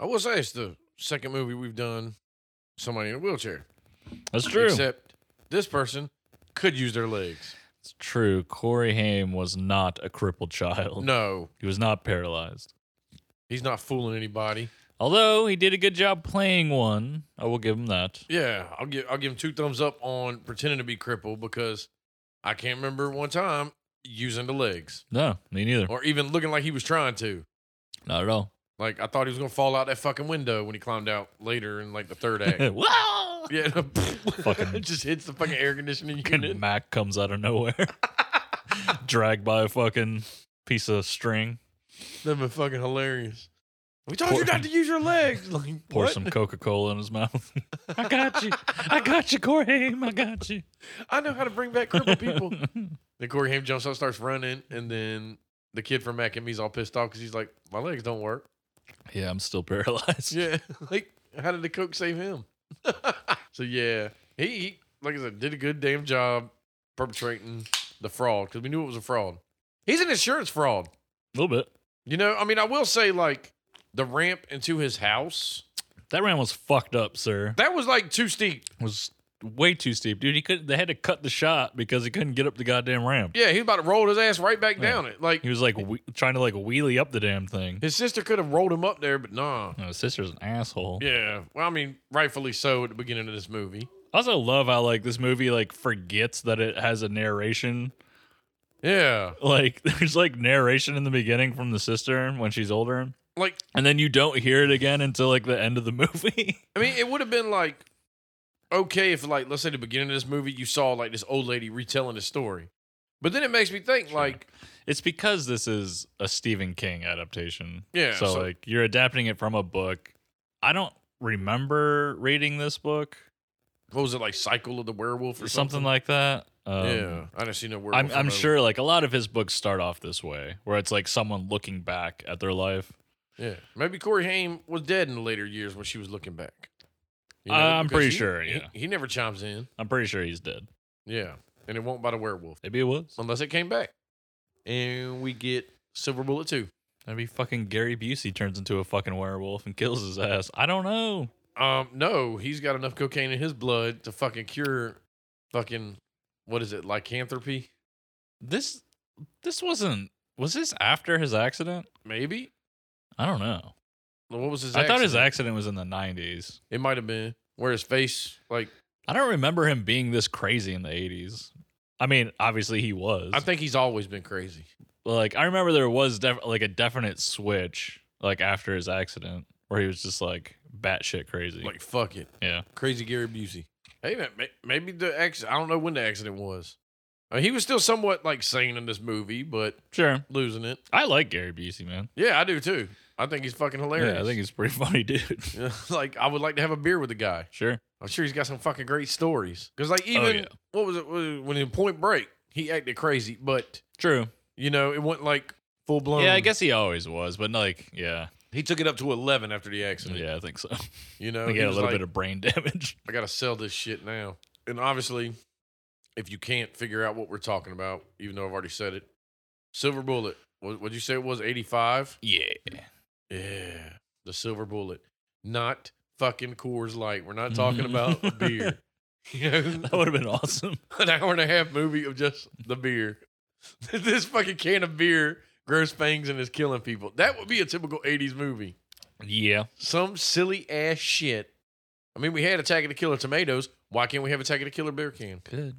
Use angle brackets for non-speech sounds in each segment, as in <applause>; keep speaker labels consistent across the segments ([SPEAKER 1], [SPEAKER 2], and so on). [SPEAKER 1] I will say it's the second movie we've done somebody in a wheelchair.
[SPEAKER 2] That's true.
[SPEAKER 1] Except this person could use their legs.
[SPEAKER 2] it's true. Corey Haim was not a crippled child.
[SPEAKER 1] No,
[SPEAKER 2] He was not paralyzed.
[SPEAKER 1] he's not fooling anybody.
[SPEAKER 2] Although he did a good job playing one. I will give him that.
[SPEAKER 1] Yeah, I'll give I'll give him two thumbs up on pretending to be crippled because I can't remember one time using the legs
[SPEAKER 2] No, me neither.
[SPEAKER 1] or even looking like he was trying to.
[SPEAKER 2] Not at all.
[SPEAKER 1] Like I thought he was gonna fall out that fucking window when he climbed out later in like the third
[SPEAKER 2] <laughs>
[SPEAKER 1] act.
[SPEAKER 2] Wow!
[SPEAKER 1] yeah, <laughs>
[SPEAKER 2] Fucking-
[SPEAKER 1] fucking just hits the fucking air conditioning
[SPEAKER 2] Fucking
[SPEAKER 1] unit.
[SPEAKER 2] Mac comes out of nowhere, <laughs> dragged by a fucking piece of string.
[SPEAKER 1] That'd been fucking hilarious. We told
[SPEAKER 2] Pour-
[SPEAKER 1] you not to use your legs. Like,
[SPEAKER 2] Pour
[SPEAKER 1] what?
[SPEAKER 2] some Coca Cola in his <laughs> mouth. I got you. I got you, Corey Haim. I got you.
[SPEAKER 1] I know how to bring back crippled
[SPEAKER 2] <laughs>
[SPEAKER 1] people. then Corey Haim jumps up, starts running, and then the kid from Mac and me's all pissed off because he's like, "My legs don't work."
[SPEAKER 2] yeah, I'm still <laughs> paralyzed.
[SPEAKER 1] Yeah, <laughs> like how did the coke save him? <laughs> so yeah, he, he like I said did a good damn job perpetrating the fraud because we knew it was a fraud. He's an insurance fraud.
[SPEAKER 2] A little bit.
[SPEAKER 1] You know, I mean, I will say like the ramp into his house
[SPEAKER 2] That round was fucked up, sir.
[SPEAKER 1] that was like too steep.
[SPEAKER 2] was way too steep, dude. He could. They had to cut the shot because he couldn't get up the goddamn ramp.
[SPEAKER 1] Yeah, he was about to roll his ass right back
[SPEAKER 2] Yeah.
[SPEAKER 1] down it. Like
[SPEAKER 2] He was like whe- trying to like wheelie up the damn thing.
[SPEAKER 1] his sister could have rolled him up there, but nah.
[SPEAKER 2] Oh, his sister's an asshole.
[SPEAKER 1] Yeah, well, I mean, rightfully so at the beginning of this movie.
[SPEAKER 2] I also love how like this movie like forgets that it has a narration. <laughs>
[SPEAKER 1] Yeah,
[SPEAKER 2] Like there's like narration in the beginning from the sister when she's older,
[SPEAKER 1] like
[SPEAKER 2] and then you don't hear it again until like the <laughs> end of the movie.
[SPEAKER 1] I mean, it would have been like okay if, like, let's say the beginning of this movie, you saw like this old lady retelling the story, but then it makes me think, like,
[SPEAKER 2] It's because this is a Stephen King adaptation.
[SPEAKER 1] Yeah,
[SPEAKER 2] So,
[SPEAKER 1] so-
[SPEAKER 2] like you're adapting it from a book. I don't remember reading this book
[SPEAKER 1] what was it like, Cycle of the Werewolf or
[SPEAKER 2] or
[SPEAKER 1] something?
[SPEAKER 2] something like that. Um,
[SPEAKER 1] yeah, I didn't see no werewolf.
[SPEAKER 2] I'm I'm
[SPEAKER 1] in my-
[SPEAKER 2] sure like a lot of his books start off this way, where it's like someone looking back at their life.
[SPEAKER 1] Yeah, maybe Corey Haim was dead in the later years when she was looking back. You
[SPEAKER 2] I'm
[SPEAKER 1] because
[SPEAKER 2] pretty
[SPEAKER 1] he-
[SPEAKER 2] sure,
[SPEAKER 1] he-
[SPEAKER 2] yeah.
[SPEAKER 1] he, never chimes in.
[SPEAKER 2] I'm pretty sure he's dead.
[SPEAKER 1] Yeah, and it won't by the werewolf
[SPEAKER 2] Maybe it was.
[SPEAKER 1] unless it came back, and we get Silver Bullet Two.
[SPEAKER 2] That'd be fucking Gary Busey turns into a fucking werewolf and kills his ass. I don't know.
[SPEAKER 1] Um, no, he's got enough cocaine in his blood to fucking cure fucking what is it, lycanthropy?
[SPEAKER 2] This this wasn't was this after his accident?
[SPEAKER 1] Maybe.
[SPEAKER 2] I don't know.
[SPEAKER 1] What was his?
[SPEAKER 2] I thought his
[SPEAKER 1] accident?
[SPEAKER 2] accident was in the 90s.
[SPEAKER 1] It might have been where his face, like
[SPEAKER 2] I don't remember him being this crazy in the 80s. I mean, obviously he was.
[SPEAKER 1] I think he's always been crazy.
[SPEAKER 2] like I remember there was def- like a definite switch like after his accident where he was just like batshit crazy.
[SPEAKER 1] Like fuck it,
[SPEAKER 2] yeah.
[SPEAKER 1] crazy Gary Busey. Hey man, may- maybe the accident. I don't know when the accident was. I mean, he was still somewhat like sane in this movie, but
[SPEAKER 2] Sure.
[SPEAKER 1] losing it.
[SPEAKER 2] I like Gary Busey, man.
[SPEAKER 1] Yeah, I do too. I think he's fucking hilarious.
[SPEAKER 2] Yeah, I think he's a pretty <laughs> funny dude.
[SPEAKER 1] he's <laughs> like I would like to have a beer with the guy.
[SPEAKER 2] sure.
[SPEAKER 1] I'm sure he's got some fucking great stories. Because like even
[SPEAKER 2] Oh, yeah.
[SPEAKER 1] what was it when in Point Break he acted crazy, but
[SPEAKER 2] True.
[SPEAKER 1] you know it went like full blown.
[SPEAKER 2] yeah, I guess he always was, but like, yeah.
[SPEAKER 1] he took it up to eleven after the accident.
[SPEAKER 2] Yeah, I think so.
[SPEAKER 1] You know,
[SPEAKER 2] <laughs>
[SPEAKER 1] oh,
[SPEAKER 2] he
[SPEAKER 1] he
[SPEAKER 2] had a
[SPEAKER 1] was
[SPEAKER 2] little
[SPEAKER 1] like,
[SPEAKER 2] bit of brain damage.
[SPEAKER 1] I gotta sell this shit now. And obviously, if you can't figure out what we're talking about, even though I've already said it, Silver Bullet. What would you say it was? Eighty five.
[SPEAKER 2] Yeah.
[SPEAKER 1] Yeah, the Silver Bullet, not fucking Coors Light. We're not
[SPEAKER 2] <laughs>
[SPEAKER 1] talking about beer. <laughs> You know,
[SPEAKER 2] That would have
[SPEAKER 1] <laughs>
[SPEAKER 2] been awesome.
[SPEAKER 1] an hour and a half movie of just the beer. <laughs> this fucking can of beer grows fangs and is killing people. That would be a typical 80s movie.
[SPEAKER 2] Yeah.
[SPEAKER 1] Some silly ass shit. I mean, we had Attack of the Killer Tomatoes. Why can't we have Attack of the Killer Beer Can?
[SPEAKER 2] <laughs> Good.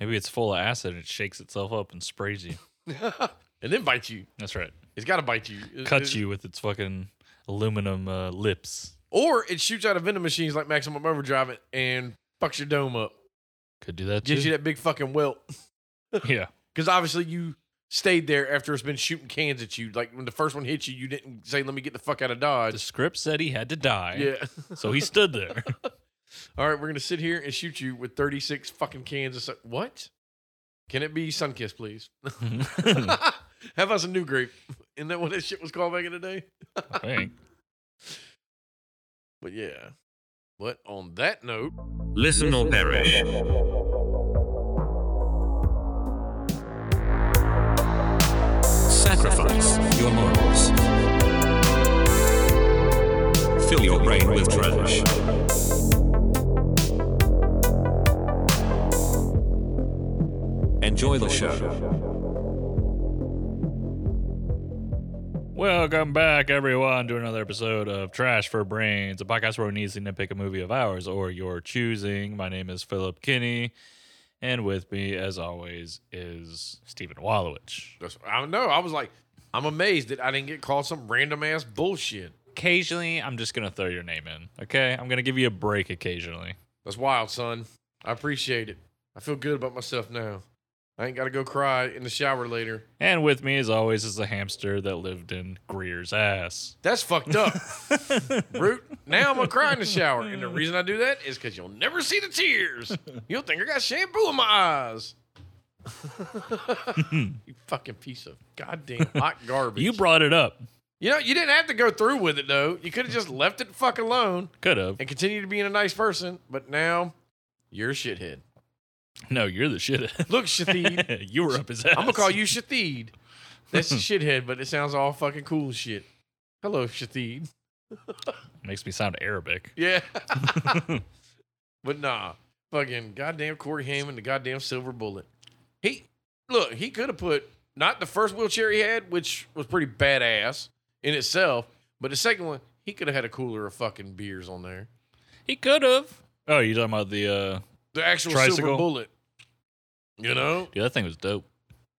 [SPEAKER 2] Maybe it's full of acid and it shakes itself up and sprays you.
[SPEAKER 1] and then bites you.
[SPEAKER 2] That's right.
[SPEAKER 1] It's got to bite you. It-
[SPEAKER 2] Cuts
[SPEAKER 1] it-
[SPEAKER 2] you with its fucking aluminum uh, lips.
[SPEAKER 1] Or it shoots out of vending machines like Maximum Overdrive it and fucks your dome up.
[SPEAKER 2] Could do that too. <laughs>
[SPEAKER 1] Gives you that big fucking welt.
[SPEAKER 2] yeah.
[SPEAKER 1] Because obviously you stayed there after it's been shooting cans at you. Like when the first one hit you, you didn't say, let me get the fuck out of
[SPEAKER 2] The
[SPEAKER 1] Dodge.
[SPEAKER 2] script said he had to die.
[SPEAKER 1] Yeah.
[SPEAKER 2] <laughs> So he
[SPEAKER 1] <laughs>
[SPEAKER 2] stood there.
[SPEAKER 1] All right, we're gonna sit here and shoot you with 36 fucking cans of sun. What? Can it be Sunkiss, please? <laughs> Have us a new grape. Isn't that what that shit was called back in the day?
[SPEAKER 2] Dang.
[SPEAKER 1] But yeah. But on that note,
[SPEAKER 3] Listen or perish. Sacrifice your morals. Fill your brain with trash. Enjoy the show.
[SPEAKER 2] Welcome back, everyone, to another episode of Trash for Brains, a podcast where we need to nitpick a movie of ours or your choosing. My name is Philip Kinney, and with me, as always, is Stephen Wallowich.
[SPEAKER 1] That's, I don't know. I was like, I'm amazed that I didn't get called some random ass bullshit.
[SPEAKER 2] Occasionally, I'm just gonna throw your name in. Okay, I'm gonna give you a break occasionally.
[SPEAKER 1] That's wild, son. I appreciate it. I feel good about myself now. I ain't got to go cry in the shower later.
[SPEAKER 2] And with me, as always, is the hamster that lived in
[SPEAKER 1] <laughs>
[SPEAKER 2] Greer's ass.
[SPEAKER 1] That's fucked up. Root, now I'm going to cry in the shower. And the reason I do that is because you'll never see the tears. You'll think I got shampoo in my eyes. you fucking piece of goddamn hot garbage.
[SPEAKER 2] You brought it up.
[SPEAKER 1] you know, you didn't have to go through with it, though. You could have just left it fuck alone
[SPEAKER 2] Could have.
[SPEAKER 1] and continued to being a nice person. But now you're a shithead.
[SPEAKER 2] No, you're the shit.
[SPEAKER 1] Look,
[SPEAKER 2] <laughs>
[SPEAKER 1] Shatheed.
[SPEAKER 2] you were up his ass.
[SPEAKER 1] I'm gonna call you Shatheed. That's shithead, but it sounds all fucking cool as shit. Hello, Shatheed.
[SPEAKER 2] Makes me sound Arabic. <laughs>
[SPEAKER 1] Yeah. but nah, fucking goddamn Corey Haim and the goddamn silver bullet. He look, he could have put not the first wheelchair he had, which was pretty badass in itself, but the second one, he could have had a cooler of fucking beers on there.
[SPEAKER 2] He could have. Oh, you talking about the uh
[SPEAKER 1] The actual silver
[SPEAKER 2] Tricycle.
[SPEAKER 1] bullet. You know?
[SPEAKER 2] dude, that thing was dope.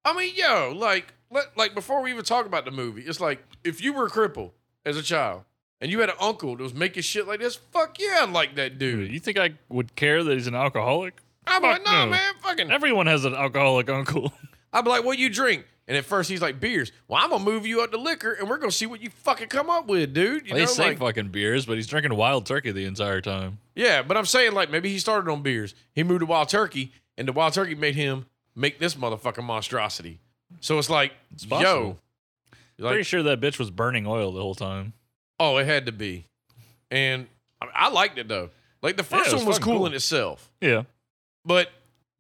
[SPEAKER 1] I mean, yo, like, let, like before we even talk about the movie, it's like if you were a cripple as a child and you had an uncle that was making shit like this, fuck yeah, I like that dude.
[SPEAKER 2] You think I would care that he's an alcoholic?
[SPEAKER 1] I'm like,
[SPEAKER 2] Fuck
[SPEAKER 1] nah,
[SPEAKER 2] no.
[SPEAKER 1] man, fucking.
[SPEAKER 2] Everyone has an alcoholic uncle.
[SPEAKER 1] I'm like, what you drink? And at first he's like, beers. Well, I'm gonna move you up to liquor, and we're gonna see what you fucking come up with, dude. You
[SPEAKER 2] they
[SPEAKER 1] know,
[SPEAKER 2] say
[SPEAKER 1] like,
[SPEAKER 2] fucking beers, but he's drinking wild turkey the entire time.
[SPEAKER 1] yeah. But I'm saying, like, maybe he started on beers. He moved to Wild Turkey, and the Wild Turkey made him make this motherfucking monstrosity. So it's like, yo,
[SPEAKER 2] possible.
[SPEAKER 1] like,
[SPEAKER 2] Pretty sure that bitch was burning oil the whole time.
[SPEAKER 1] Oh, it had to be. And I, I liked it though. Like the
[SPEAKER 2] Yeah,
[SPEAKER 1] first
[SPEAKER 2] it was
[SPEAKER 1] one was
[SPEAKER 2] fucking
[SPEAKER 1] cool,
[SPEAKER 2] cool.
[SPEAKER 1] in itself,
[SPEAKER 2] Yeah.
[SPEAKER 1] but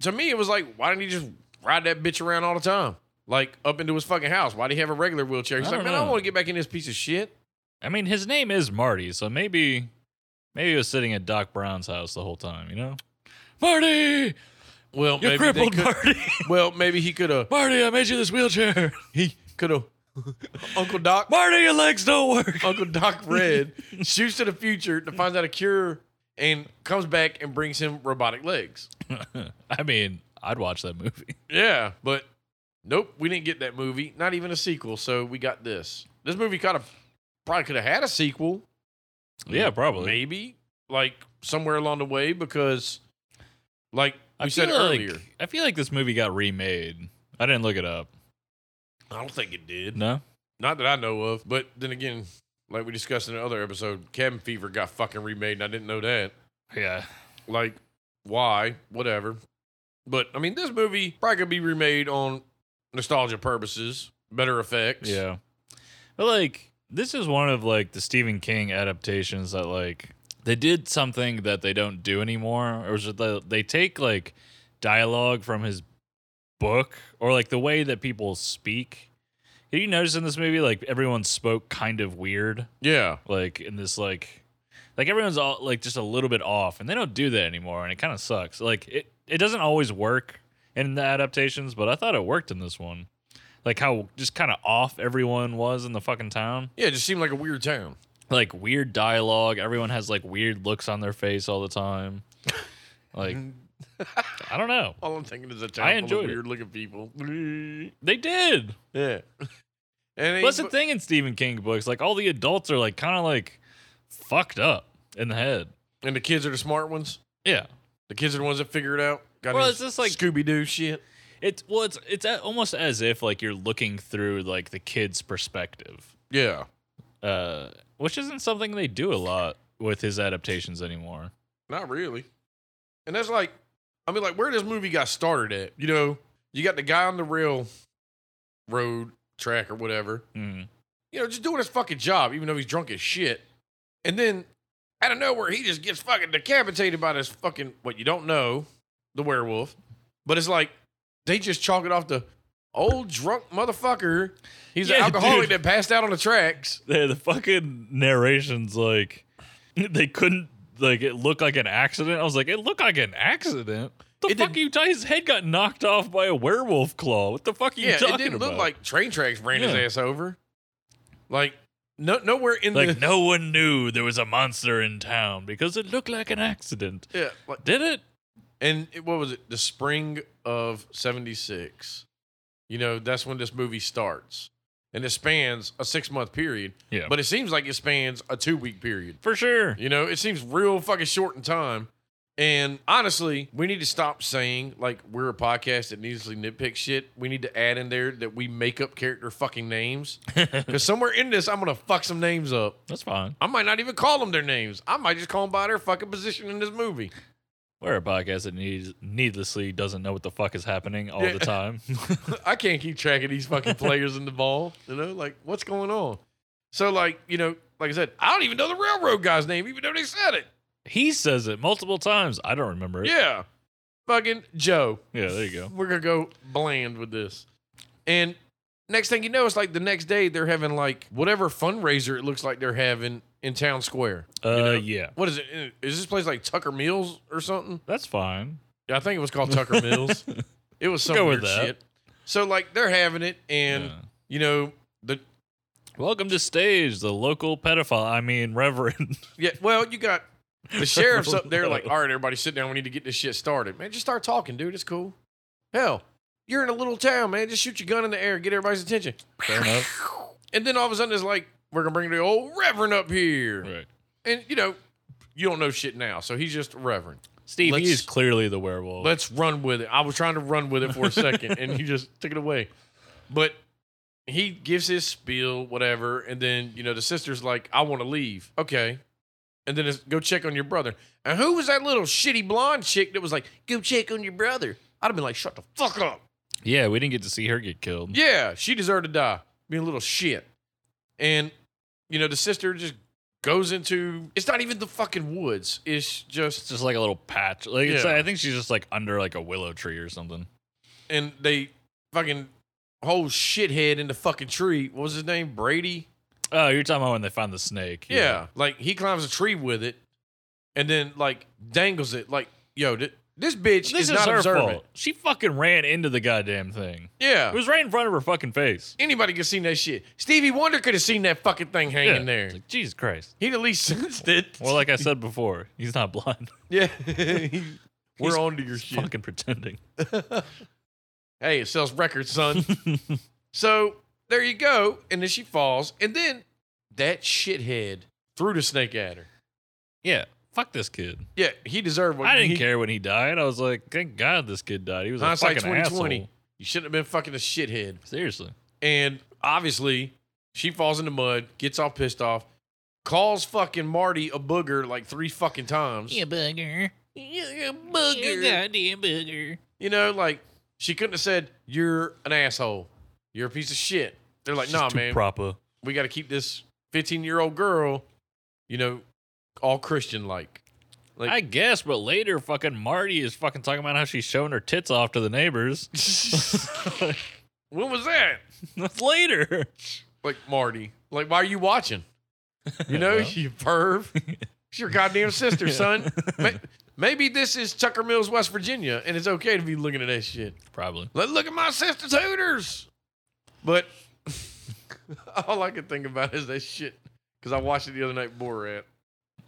[SPEAKER 1] to me it was like, why didn't he just ride that bitch around all the time? Like up into his fucking house. Why would he have a regular wheelchair? He's
[SPEAKER 2] I
[SPEAKER 1] like,
[SPEAKER 2] don't
[SPEAKER 1] man, I
[SPEAKER 2] know.
[SPEAKER 1] want to get back in this piece of shit.
[SPEAKER 2] I mean, his name is Marty, so maybe maybe he was sitting at Doc Brown's house the whole time, you know? Marty!
[SPEAKER 1] Well,
[SPEAKER 2] You're
[SPEAKER 1] maybe they
[SPEAKER 2] crippled,
[SPEAKER 1] could-
[SPEAKER 2] <laughs> Marty!
[SPEAKER 1] well, maybe he could have.
[SPEAKER 2] Marty, I made you this wheelchair!
[SPEAKER 1] He could have. <laughs> Uncle Doc.
[SPEAKER 2] Marty, your legs don't work!
[SPEAKER 1] Uncle Doc Red shoots to the future to find out a cure and comes back and brings him robotic legs.
[SPEAKER 2] <laughs> I mean, I'd watch that movie.
[SPEAKER 1] Yeah, but nope, we didn't get that movie. Not even a sequel. So we got this. This movie kind of probably could have had a sequel,
[SPEAKER 2] Yeah, probably.
[SPEAKER 1] maybe like somewhere along the way, because like
[SPEAKER 2] I
[SPEAKER 1] you said
[SPEAKER 2] feel like-
[SPEAKER 1] earlier,
[SPEAKER 2] I feel like this movie got remade. I didn't look it up.
[SPEAKER 1] I don't think it did.
[SPEAKER 2] No?
[SPEAKER 1] Not that I know of. But then again, like we discussed in the other episode, Cabin Fever got fucking remade, and I didn't know that.
[SPEAKER 2] Yeah.
[SPEAKER 1] Like, why? Whatever. But I mean, this movie probably could be remade on nostalgia purposes, better effects.
[SPEAKER 2] Yeah. But like this is one of like the Stephen King adaptations that like they did something that they don't do anymore or is it the, they take like dialogue from his book or like the way that people speak. Did you notice in this movie like everyone spoke kind of weird
[SPEAKER 1] Yeah.
[SPEAKER 2] like in this like like everyone's all like just a little bit off and they don't do that anymore and it kind of sucks like it it doesn't always work in the adaptations but i thought it worked in this one like how just kind of off everyone was in the fucking town
[SPEAKER 1] Yeah, it just seemed like a weird town.
[SPEAKER 2] like weird dialogue everyone has like weird looks on their face all the time like i don't know
[SPEAKER 1] All I'm thinking is a
[SPEAKER 2] I
[SPEAKER 1] town full of
[SPEAKER 2] enjoyed it.
[SPEAKER 1] weird looking people. <laughs>
[SPEAKER 2] they did
[SPEAKER 1] Yeah. And it-
[SPEAKER 2] Well, that's the thing in stephen king books like all the adults are like kind of like fucked up in the head
[SPEAKER 1] and the kids are the smart ones.
[SPEAKER 2] yeah
[SPEAKER 1] The kids are the ones that figure it out. Got
[SPEAKER 2] Well,
[SPEAKER 1] any
[SPEAKER 2] it's just like-
[SPEAKER 1] Scooby Doo shit.
[SPEAKER 2] It's well, it's it's a- almost as if like you're looking through like the kid's perspective,
[SPEAKER 1] Yeah.
[SPEAKER 2] uh, which isn't something they do a lot with his adaptations anymore.
[SPEAKER 1] Not really. And that's like, I mean, like where this movie got started at. You know, you got the guy on the rail road track or whatever.
[SPEAKER 2] Mm.
[SPEAKER 1] You know, just doing his fucking job, even though he's drunk as shit. And then out of nowhere, he just gets fucking decapitated by this fucking what you don't know, the werewolf. But it's like they just chalk it off the old drunk motherfucker. He's
[SPEAKER 2] Yeah, <laughs>
[SPEAKER 1] an alcoholic
[SPEAKER 2] dude.
[SPEAKER 1] that passed out on the tracks.
[SPEAKER 2] The, the fucking narration's like, they couldn't like it looked like an accident. I was like, it looked like an accident. The
[SPEAKER 1] It
[SPEAKER 2] fuck
[SPEAKER 1] didn't-
[SPEAKER 2] you? His head got knocked off by a werewolf claw. What the fuck are you
[SPEAKER 1] Yeah,
[SPEAKER 2] talking
[SPEAKER 1] it didn't
[SPEAKER 2] about?
[SPEAKER 1] look like train tracks ran his
[SPEAKER 2] Yeah.
[SPEAKER 1] ass over. Like no, nowhere in the
[SPEAKER 2] like no one knew there was a monster in town because it looked like an accident.
[SPEAKER 1] yeah, like,
[SPEAKER 2] Did it?
[SPEAKER 1] and it, what was it? The spring of '76. You know, that's when this movie starts, and it spans a six month period.
[SPEAKER 2] Yeah,
[SPEAKER 1] But it seems like it spans a two week period.
[SPEAKER 2] for sure.
[SPEAKER 1] You know, it seems real fucking short in time. And honestly, we need to stop saying like we're a podcast that needlessly nitpick shit. We need to add in there that we make up character fucking names. Because somewhere in this, I'm gonna fuck some names up.
[SPEAKER 2] That's fine.
[SPEAKER 1] I might not even call them their names. I might just call them by their fucking position in this movie.
[SPEAKER 2] We're a podcast that needs, needlessly doesn't know what the fuck is happening all
[SPEAKER 1] Yeah. <laughs>
[SPEAKER 2] the time. <laughs>
[SPEAKER 1] I can't keep track of these fucking players in the ball. You know, like what's going on? So like, you know, like I said, I don't even know the railroad guy's name, even though they said it.
[SPEAKER 2] he says it multiple times. I don't remember it.
[SPEAKER 1] Yeah. Fucking Joe.
[SPEAKER 2] Yeah, there you
[SPEAKER 1] <laughs>
[SPEAKER 2] go.
[SPEAKER 1] we're gonna go bland with this. And next thing you know, it's like the next day they're having like whatever fundraiser it looks like they're having in town square.
[SPEAKER 2] Uh,
[SPEAKER 1] know?
[SPEAKER 2] yeah,
[SPEAKER 1] What is it? Is this place like Tucker Mills or something?
[SPEAKER 2] that's fine.
[SPEAKER 1] Yeah, I think it was called Tucker
[SPEAKER 2] <laughs>
[SPEAKER 1] Mills. It was some
[SPEAKER 2] Go
[SPEAKER 1] weird
[SPEAKER 2] with that.
[SPEAKER 1] shit. So like they're having it, and
[SPEAKER 2] Yeah.
[SPEAKER 1] you know the
[SPEAKER 2] Welcome to stage, the local pedophile. I mean, reverend. <laughs>
[SPEAKER 1] yeah. Well, you got the sheriff's up there. Like, all right, everybody, sit down. We need to get this shit started, man. Just start talking, dude. It's cool. Hell, you're in a little town, man. Just shoot your gun in the air, get everybody's attention. <laughs>
[SPEAKER 2] Fair enough.
[SPEAKER 1] And then all of a sudden it's like, we're gonna bring the old Reverend up here.
[SPEAKER 2] Right.
[SPEAKER 1] And you know, you don't know shit now. So he's just a Reverend.
[SPEAKER 2] Steve,
[SPEAKER 1] Let's-
[SPEAKER 2] he is clearly the werewolf.
[SPEAKER 1] Let's run with it. I was trying to run with it for a second and he just took it away. But he gives his spiel, whatever, and then you know, the sister's like, I wanna leave. Okay. And then it's go check on your brother. And who was that little shitty blonde chick that was like, go check on your brother? I'd have been like, shut the fuck up.
[SPEAKER 2] yeah, we didn't get to see her get killed.
[SPEAKER 1] Yeah, she deserved to die. Being a little shit. And, you know, the sister just goes into it's not even the fucking woods. It's just
[SPEAKER 2] It's just like a little patch. Like it's,
[SPEAKER 1] Yeah.
[SPEAKER 2] I think she's just like under like a willow tree or something.
[SPEAKER 1] and they fucking whole shithead in the fucking tree. What was his name? Brady?
[SPEAKER 2] Oh, you're talking about when they found the snake.
[SPEAKER 1] Yeah. Like he climbs a tree with it and then like dangles it. Like, yo, th- this bitch
[SPEAKER 2] This
[SPEAKER 1] is,
[SPEAKER 2] is,
[SPEAKER 1] not
[SPEAKER 2] her
[SPEAKER 1] observant.
[SPEAKER 2] fault. She fucking ran into the goddamn thing.
[SPEAKER 1] Yeah.
[SPEAKER 2] It was right in front of her fucking face.
[SPEAKER 1] Anybody could have seen that shit. Stevie Wonder could have seen that fucking thing hanging
[SPEAKER 2] Yeah.
[SPEAKER 1] there.
[SPEAKER 2] It's Like, Jesus Christ.
[SPEAKER 1] He'd at least sensed it.
[SPEAKER 2] <laughs> Well, like I said before, <laughs> he's not blind. <laughs>
[SPEAKER 1] yeah. We're on to your shit.
[SPEAKER 2] Fucking pretending.
[SPEAKER 1] hey, it sells records,
[SPEAKER 2] <laughs>
[SPEAKER 1] son. so there you go. And then she falls. And then that shithead threw the snake at her.
[SPEAKER 2] Yeah. Fuck this kid.
[SPEAKER 1] Yeah, he deserved what
[SPEAKER 2] I didn't
[SPEAKER 1] he,
[SPEAKER 2] care when he died. I was like, thank God this kid died. He was a
[SPEAKER 1] Hindsight
[SPEAKER 2] fucking
[SPEAKER 1] 2020.
[SPEAKER 2] asshole.
[SPEAKER 1] You shouldn't have been fucking a shithead.
[SPEAKER 2] Seriously.
[SPEAKER 1] And obviously, she falls in the mud, gets all pissed off, calls fucking Marty a booger like three fucking times.
[SPEAKER 2] bugger.
[SPEAKER 1] You're a
[SPEAKER 2] You goddamn booger.
[SPEAKER 1] You know, like she couldn't have said, You're an asshole. You're a piece of shit. They're like,
[SPEAKER 2] She's
[SPEAKER 1] nah,
[SPEAKER 2] too
[SPEAKER 1] man.
[SPEAKER 2] Proper.
[SPEAKER 1] we got to keep this 15 year old girl, you know, all Christian
[SPEAKER 2] <laughs>
[SPEAKER 1] like. Like-
[SPEAKER 2] I guess, but later, fucking Marty is fucking talking about how she's showing her tits off to the neighbors. <laughs>
[SPEAKER 1] when was that?
[SPEAKER 2] That's later. <laughs>
[SPEAKER 1] Like Marty, like why are you watching? You know,
[SPEAKER 2] <laughs> Well.
[SPEAKER 1] you perv. It's your goddamn
[SPEAKER 2] <laughs>
[SPEAKER 1] sister, son. Ma- Maybe this is Tucker Mills, West Virginia, and it's okay to be looking at that shit.
[SPEAKER 2] Probably.
[SPEAKER 1] Let look at my sister's hooters. But <laughs> all I could think about is that shit because I watched it the other night, Borat,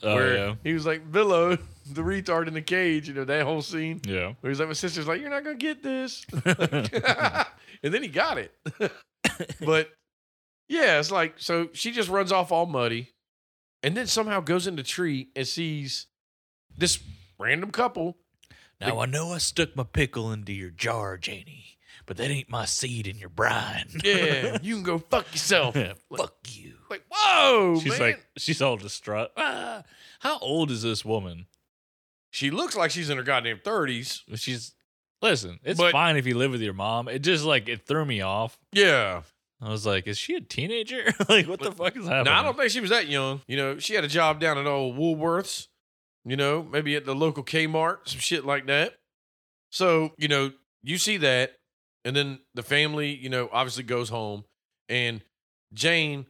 [SPEAKER 2] Oh
[SPEAKER 1] where
[SPEAKER 2] yeah.
[SPEAKER 1] he was like Billow, the retard in the cage. You know that whole scene.
[SPEAKER 2] Yeah.
[SPEAKER 1] He was like, my sister's like, you're not gonna get this, <laughs> and then he got it. but yeah, it's like so she just runs off all muddy, and then somehow goes in the tree and sees this random couple.
[SPEAKER 2] now I know I stuck my pickle into your jar, Janie, but that ain't my seed in your brine. <laughs>
[SPEAKER 1] Yeah, you can go fuck yourself.
[SPEAKER 2] Fuck you.
[SPEAKER 1] Like, whoa,
[SPEAKER 2] She's
[SPEAKER 1] man.
[SPEAKER 2] like, she's all distraught. Ah, how old is this woman?
[SPEAKER 1] she looks like she's in her goddamn thirties.
[SPEAKER 2] She's listen. It's
[SPEAKER 1] But-
[SPEAKER 2] fine if you live with your mom. It just like it threw me off.
[SPEAKER 1] Yeah.
[SPEAKER 2] I was like, is she a teenager? <laughs> like, what the fuck is happening?
[SPEAKER 1] Now I don't think she was that young. You know, she had a job down at old Woolworths. You know, maybe at the local Kmart, some shit like that. So you know, you see that, and then the family, you know, obviously goes home, and Jane.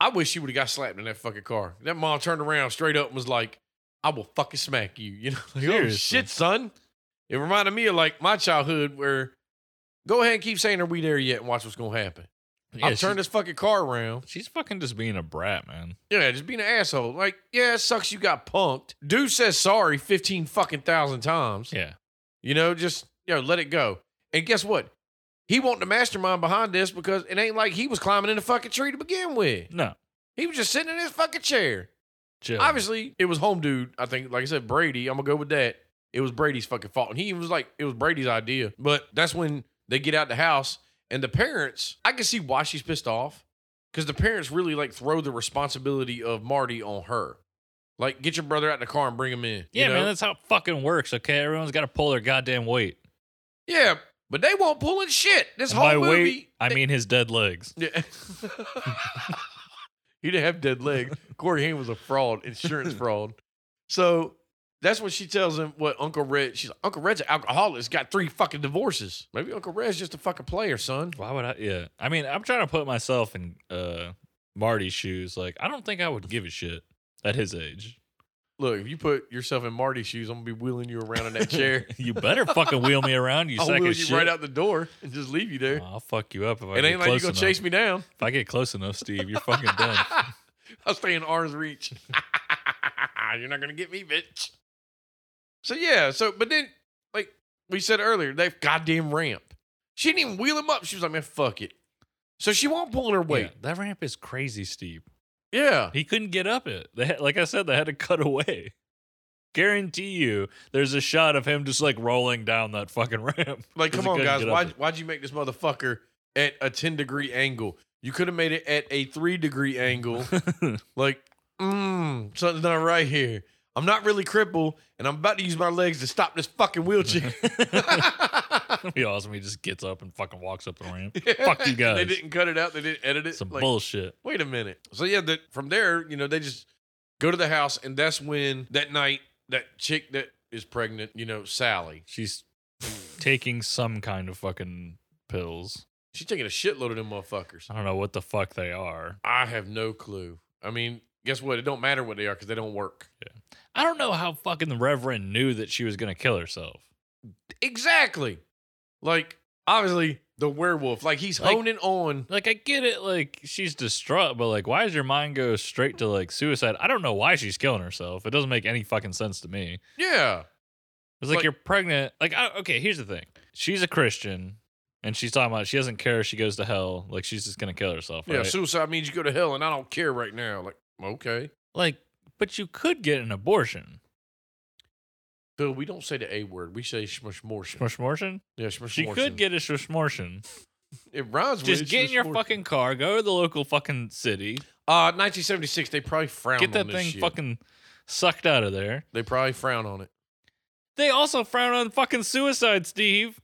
[SPEAKER 1] I wish she would have got slapped in that fucking car. That mom turned around straight up and was like, I will fucking smack you. <laughs> You know, like, oh
[SPEAKER 2] Seriously.
[SPEAKER 1] shit, son. It reminded me of like my childhood where go ahead and keep saying, Are we there yet? And watch what's gonna happen.
[SPEAKER 2] Yeah,
[SPEAKER 1] I'll turn
[SPEAKER 2] she's,
[SPEAKER 1] this fucking car around.
[SPEAKER 2] she's fucking just being a brat, man.
[SPEAKER 1] Yeah, just being an asshole. Like, yeah, it sucks you got punked. Dude says sorry 15 fucking thousand times.
[SPEAKER 2] Yeah.
[SPEAKER 1] You know, just you know, let it go. And guess what? He wasn't the mastermind behind this because it ain't like he was climbing in the fucking tree to begin with.
[SPEAKER 2] No.
[SPEAKER 1] He was just sitting in his fucking chair.
[SPEAKER 2] Chill.
[SPEAKER 1] Obviously, it was home dude. I think, like I said, Brady. I'm gonna go with that. It was Brady's fucking fault, and he even was like, it was Brady's idea. But that's when they get out the house, and the parents. I can see why she's pissed off, because the parents really like throw the responsibility of Marty on her. Like, get your brother out the car and bring him in.
[SPEAKER 2] Yeah,
[SPEAKER 1] you know?
[SPEAKER 2] man, that's how it fucking works. Okay, everyone's got to pull their goddamn weight.
[SPEAKER 1] yeah. But they won't pull in shit. This
[SPEAKER 2] And
[SPEAKER 1] whole
[SPEAKER 2] by
[SPEAKER 1] movie.
[SPEAKER 2] weight, I mean his dead legs.
[SPEAKER 1] Yeah. <laughs> he didn't have dead legs. Corey Haim was a fraud,
[SPEAKER 2] <laughs>
[SPEAKER 1] insurance fraud. So that's what she tells him what Uncle Red, she's like, Uncle Red's an alcoholic. He's got three fucking divorces. Maybe Uncle Red's just a fucking player, son.
[SPEAKER 2] Why would I? Yeah, I mean, I'm trying to put myself in uh Marty's shoes. Like, I don't think I would give a shit at
[SPEAKER 1] <laughs>
[SPEAKER 2] his age. <laughs>
[SPEAKER 1] Look, if you put yourself in Marty's shoes, I'm gonna be wheeling you around in that chair.
[SPEAKER 2] You better fucking wheel me around, <laughs> you
[SPEAKER 1] I'll
[SPEAKER 2] sack
[SPEAKER 1] wheel you
[SPEAKER 2] of shit.
[SPEAKER 1] right out the door and just leave you there.
[SPEAKER 2] I'll fuck you up if I
[SPEAKER 1] it
[SPEAKER 2] get
[SPEAKER 1] ain't like you're
[SPEAKER 2] close
[SPEAKER 1] gonna
[SPEAKER 2] enough.
[SPEAKER 1] chase me down.
[SPEAKER 2] If I get close enough, Steve, you're fucking
[SPEAKER 1] <laughs>
[SPEAKER 2] done.
[SPEAKER 1] I'll stay in arm's reach. <laughs> You're not gonna get me, bitch. So yeah, so but then like we said earlier, they goddamn ramp. She didn't even wheel him up. She was like, man, fuck it. So she won't pull in her
[SPEAKER 2] Wait,
[SPEAKER 1] weight.
[SPEAKER 2] that ramp is crazy steep.
[SPEAKER 1] Yeah.
[SPEAKER 2] He couldn't get up it. They had, like I said, they had to cut away. Guarantee you, there's a shot of him just like rolling down that fucking <laughs> ramp.
[SPEAKER 1] Like, come
[SPEAKER 2] 'Cause he
[SPEAKER 1] on,
[SPEAKER 2] couldn't
[SPEAKER 1] guys.
[SPEAKER 2] get up
[SPEAKER 1] Why
[SPEAKER 2] it.
[SPEAKER 1] why'd you make this motherfucker at a 10 degree angle? You could have made it at a three degree
[SPEAKER 2] <laughs>
[SPEAKER 1] angle. like, mmm, something's not right here. I'm not really crippled, and I'm about to use my legs to stop this fucking
[SPEAKER 2] <laughs>
[SPEAKER 1] wheelchair. <laughs>
[SPEAKER 2] It'd be awesome. He just gets up and fucking walks up
[SPEAKER 1] <laughs>
[SPEAKER 2] the ramp. Fuck you guys.
[SPEAKER 1] they didn't cut it out. They didn't edit it.
[SPEAKER 2] Some
[SPEAKER 1] Like,
[SPEAKER 2] bullshit.
[SPEAKER 1] wait a minute. So yeah, that from there, you know, they just go to the house, and that's when that night that chick that is pregnant, you know, Sally,
[SPEAKER 2] She's taking some kind of fucking pills.
[SPEAKER 1] she's taking a shitload of them motherfuckers.
[SPEAKER 2] I don't know what the fuck they are.
[SPEAKER 1] I have no clue. I mean, guess what? It don't matter what they are because they don't work.
[SPEAKER 2] I don't know how fucking the Reverend knew that she was gonna kill herself.
[SPEAKER 1] Exactly. Like obviously the werewolf, like he's
[SPEAKER 2] Like-
[SPEAKER 1] honing on.
[SPEAKER 2] Like I get it, like she's distraught, but like why does your mind go straight to like suicide? I don't know why she's killing herself. It doesn't make any fucking sense to me.
[SPEAKER 1] Yeah,
[SPEAKER 2] It's like,
[SPEAKER 1] Like-
[SPEAKER 2] you're pregnant. Like, I, okay, here's the thing. She's a Christian, and she's talking about she doesn't care if she goes to hell. Like, she's just gonna kill herself.
[SPEAKER 1] yeah.
[SPEAKER 2] right?
[SPEAKER 1] Suicide means you go to hell, and I don't care right now. Like okay,
[SPEAKER 2] like, but you could get an abortion.
[SPEAKER 1] Phil, we don't say the a word. We say shmushmortion.
[SPEAKER 2] Schmortion?
[SPEAKER 1] Yeah, shmushmortion.
[SPEAKER 2] She could get a schmortion.
[SPEAKER 1] It rhymes
[SPEAKER 2] Just
[SPEAKER 1] with
[SPEAKER 2] get in your
[SPEAKER 1] shmushmortion.
[SPEAKER 2] fucking car, go to the local fucking city,
[SPEAKER 1] Uh, 1976. They probably frown.
[SPEAKER 2] get
[SPEAKER 1] on
[SPEAKER 2] that
[SPEAKER 1] this
[SPEAKER 2] thing
[SPEAKER 1] shit.
[SPEAKER 2] fucking sucked out of there.
[SPEAKER 1] They probably frown on it.
[SPEAKER 2] They also frown on fucking suicide, Steve.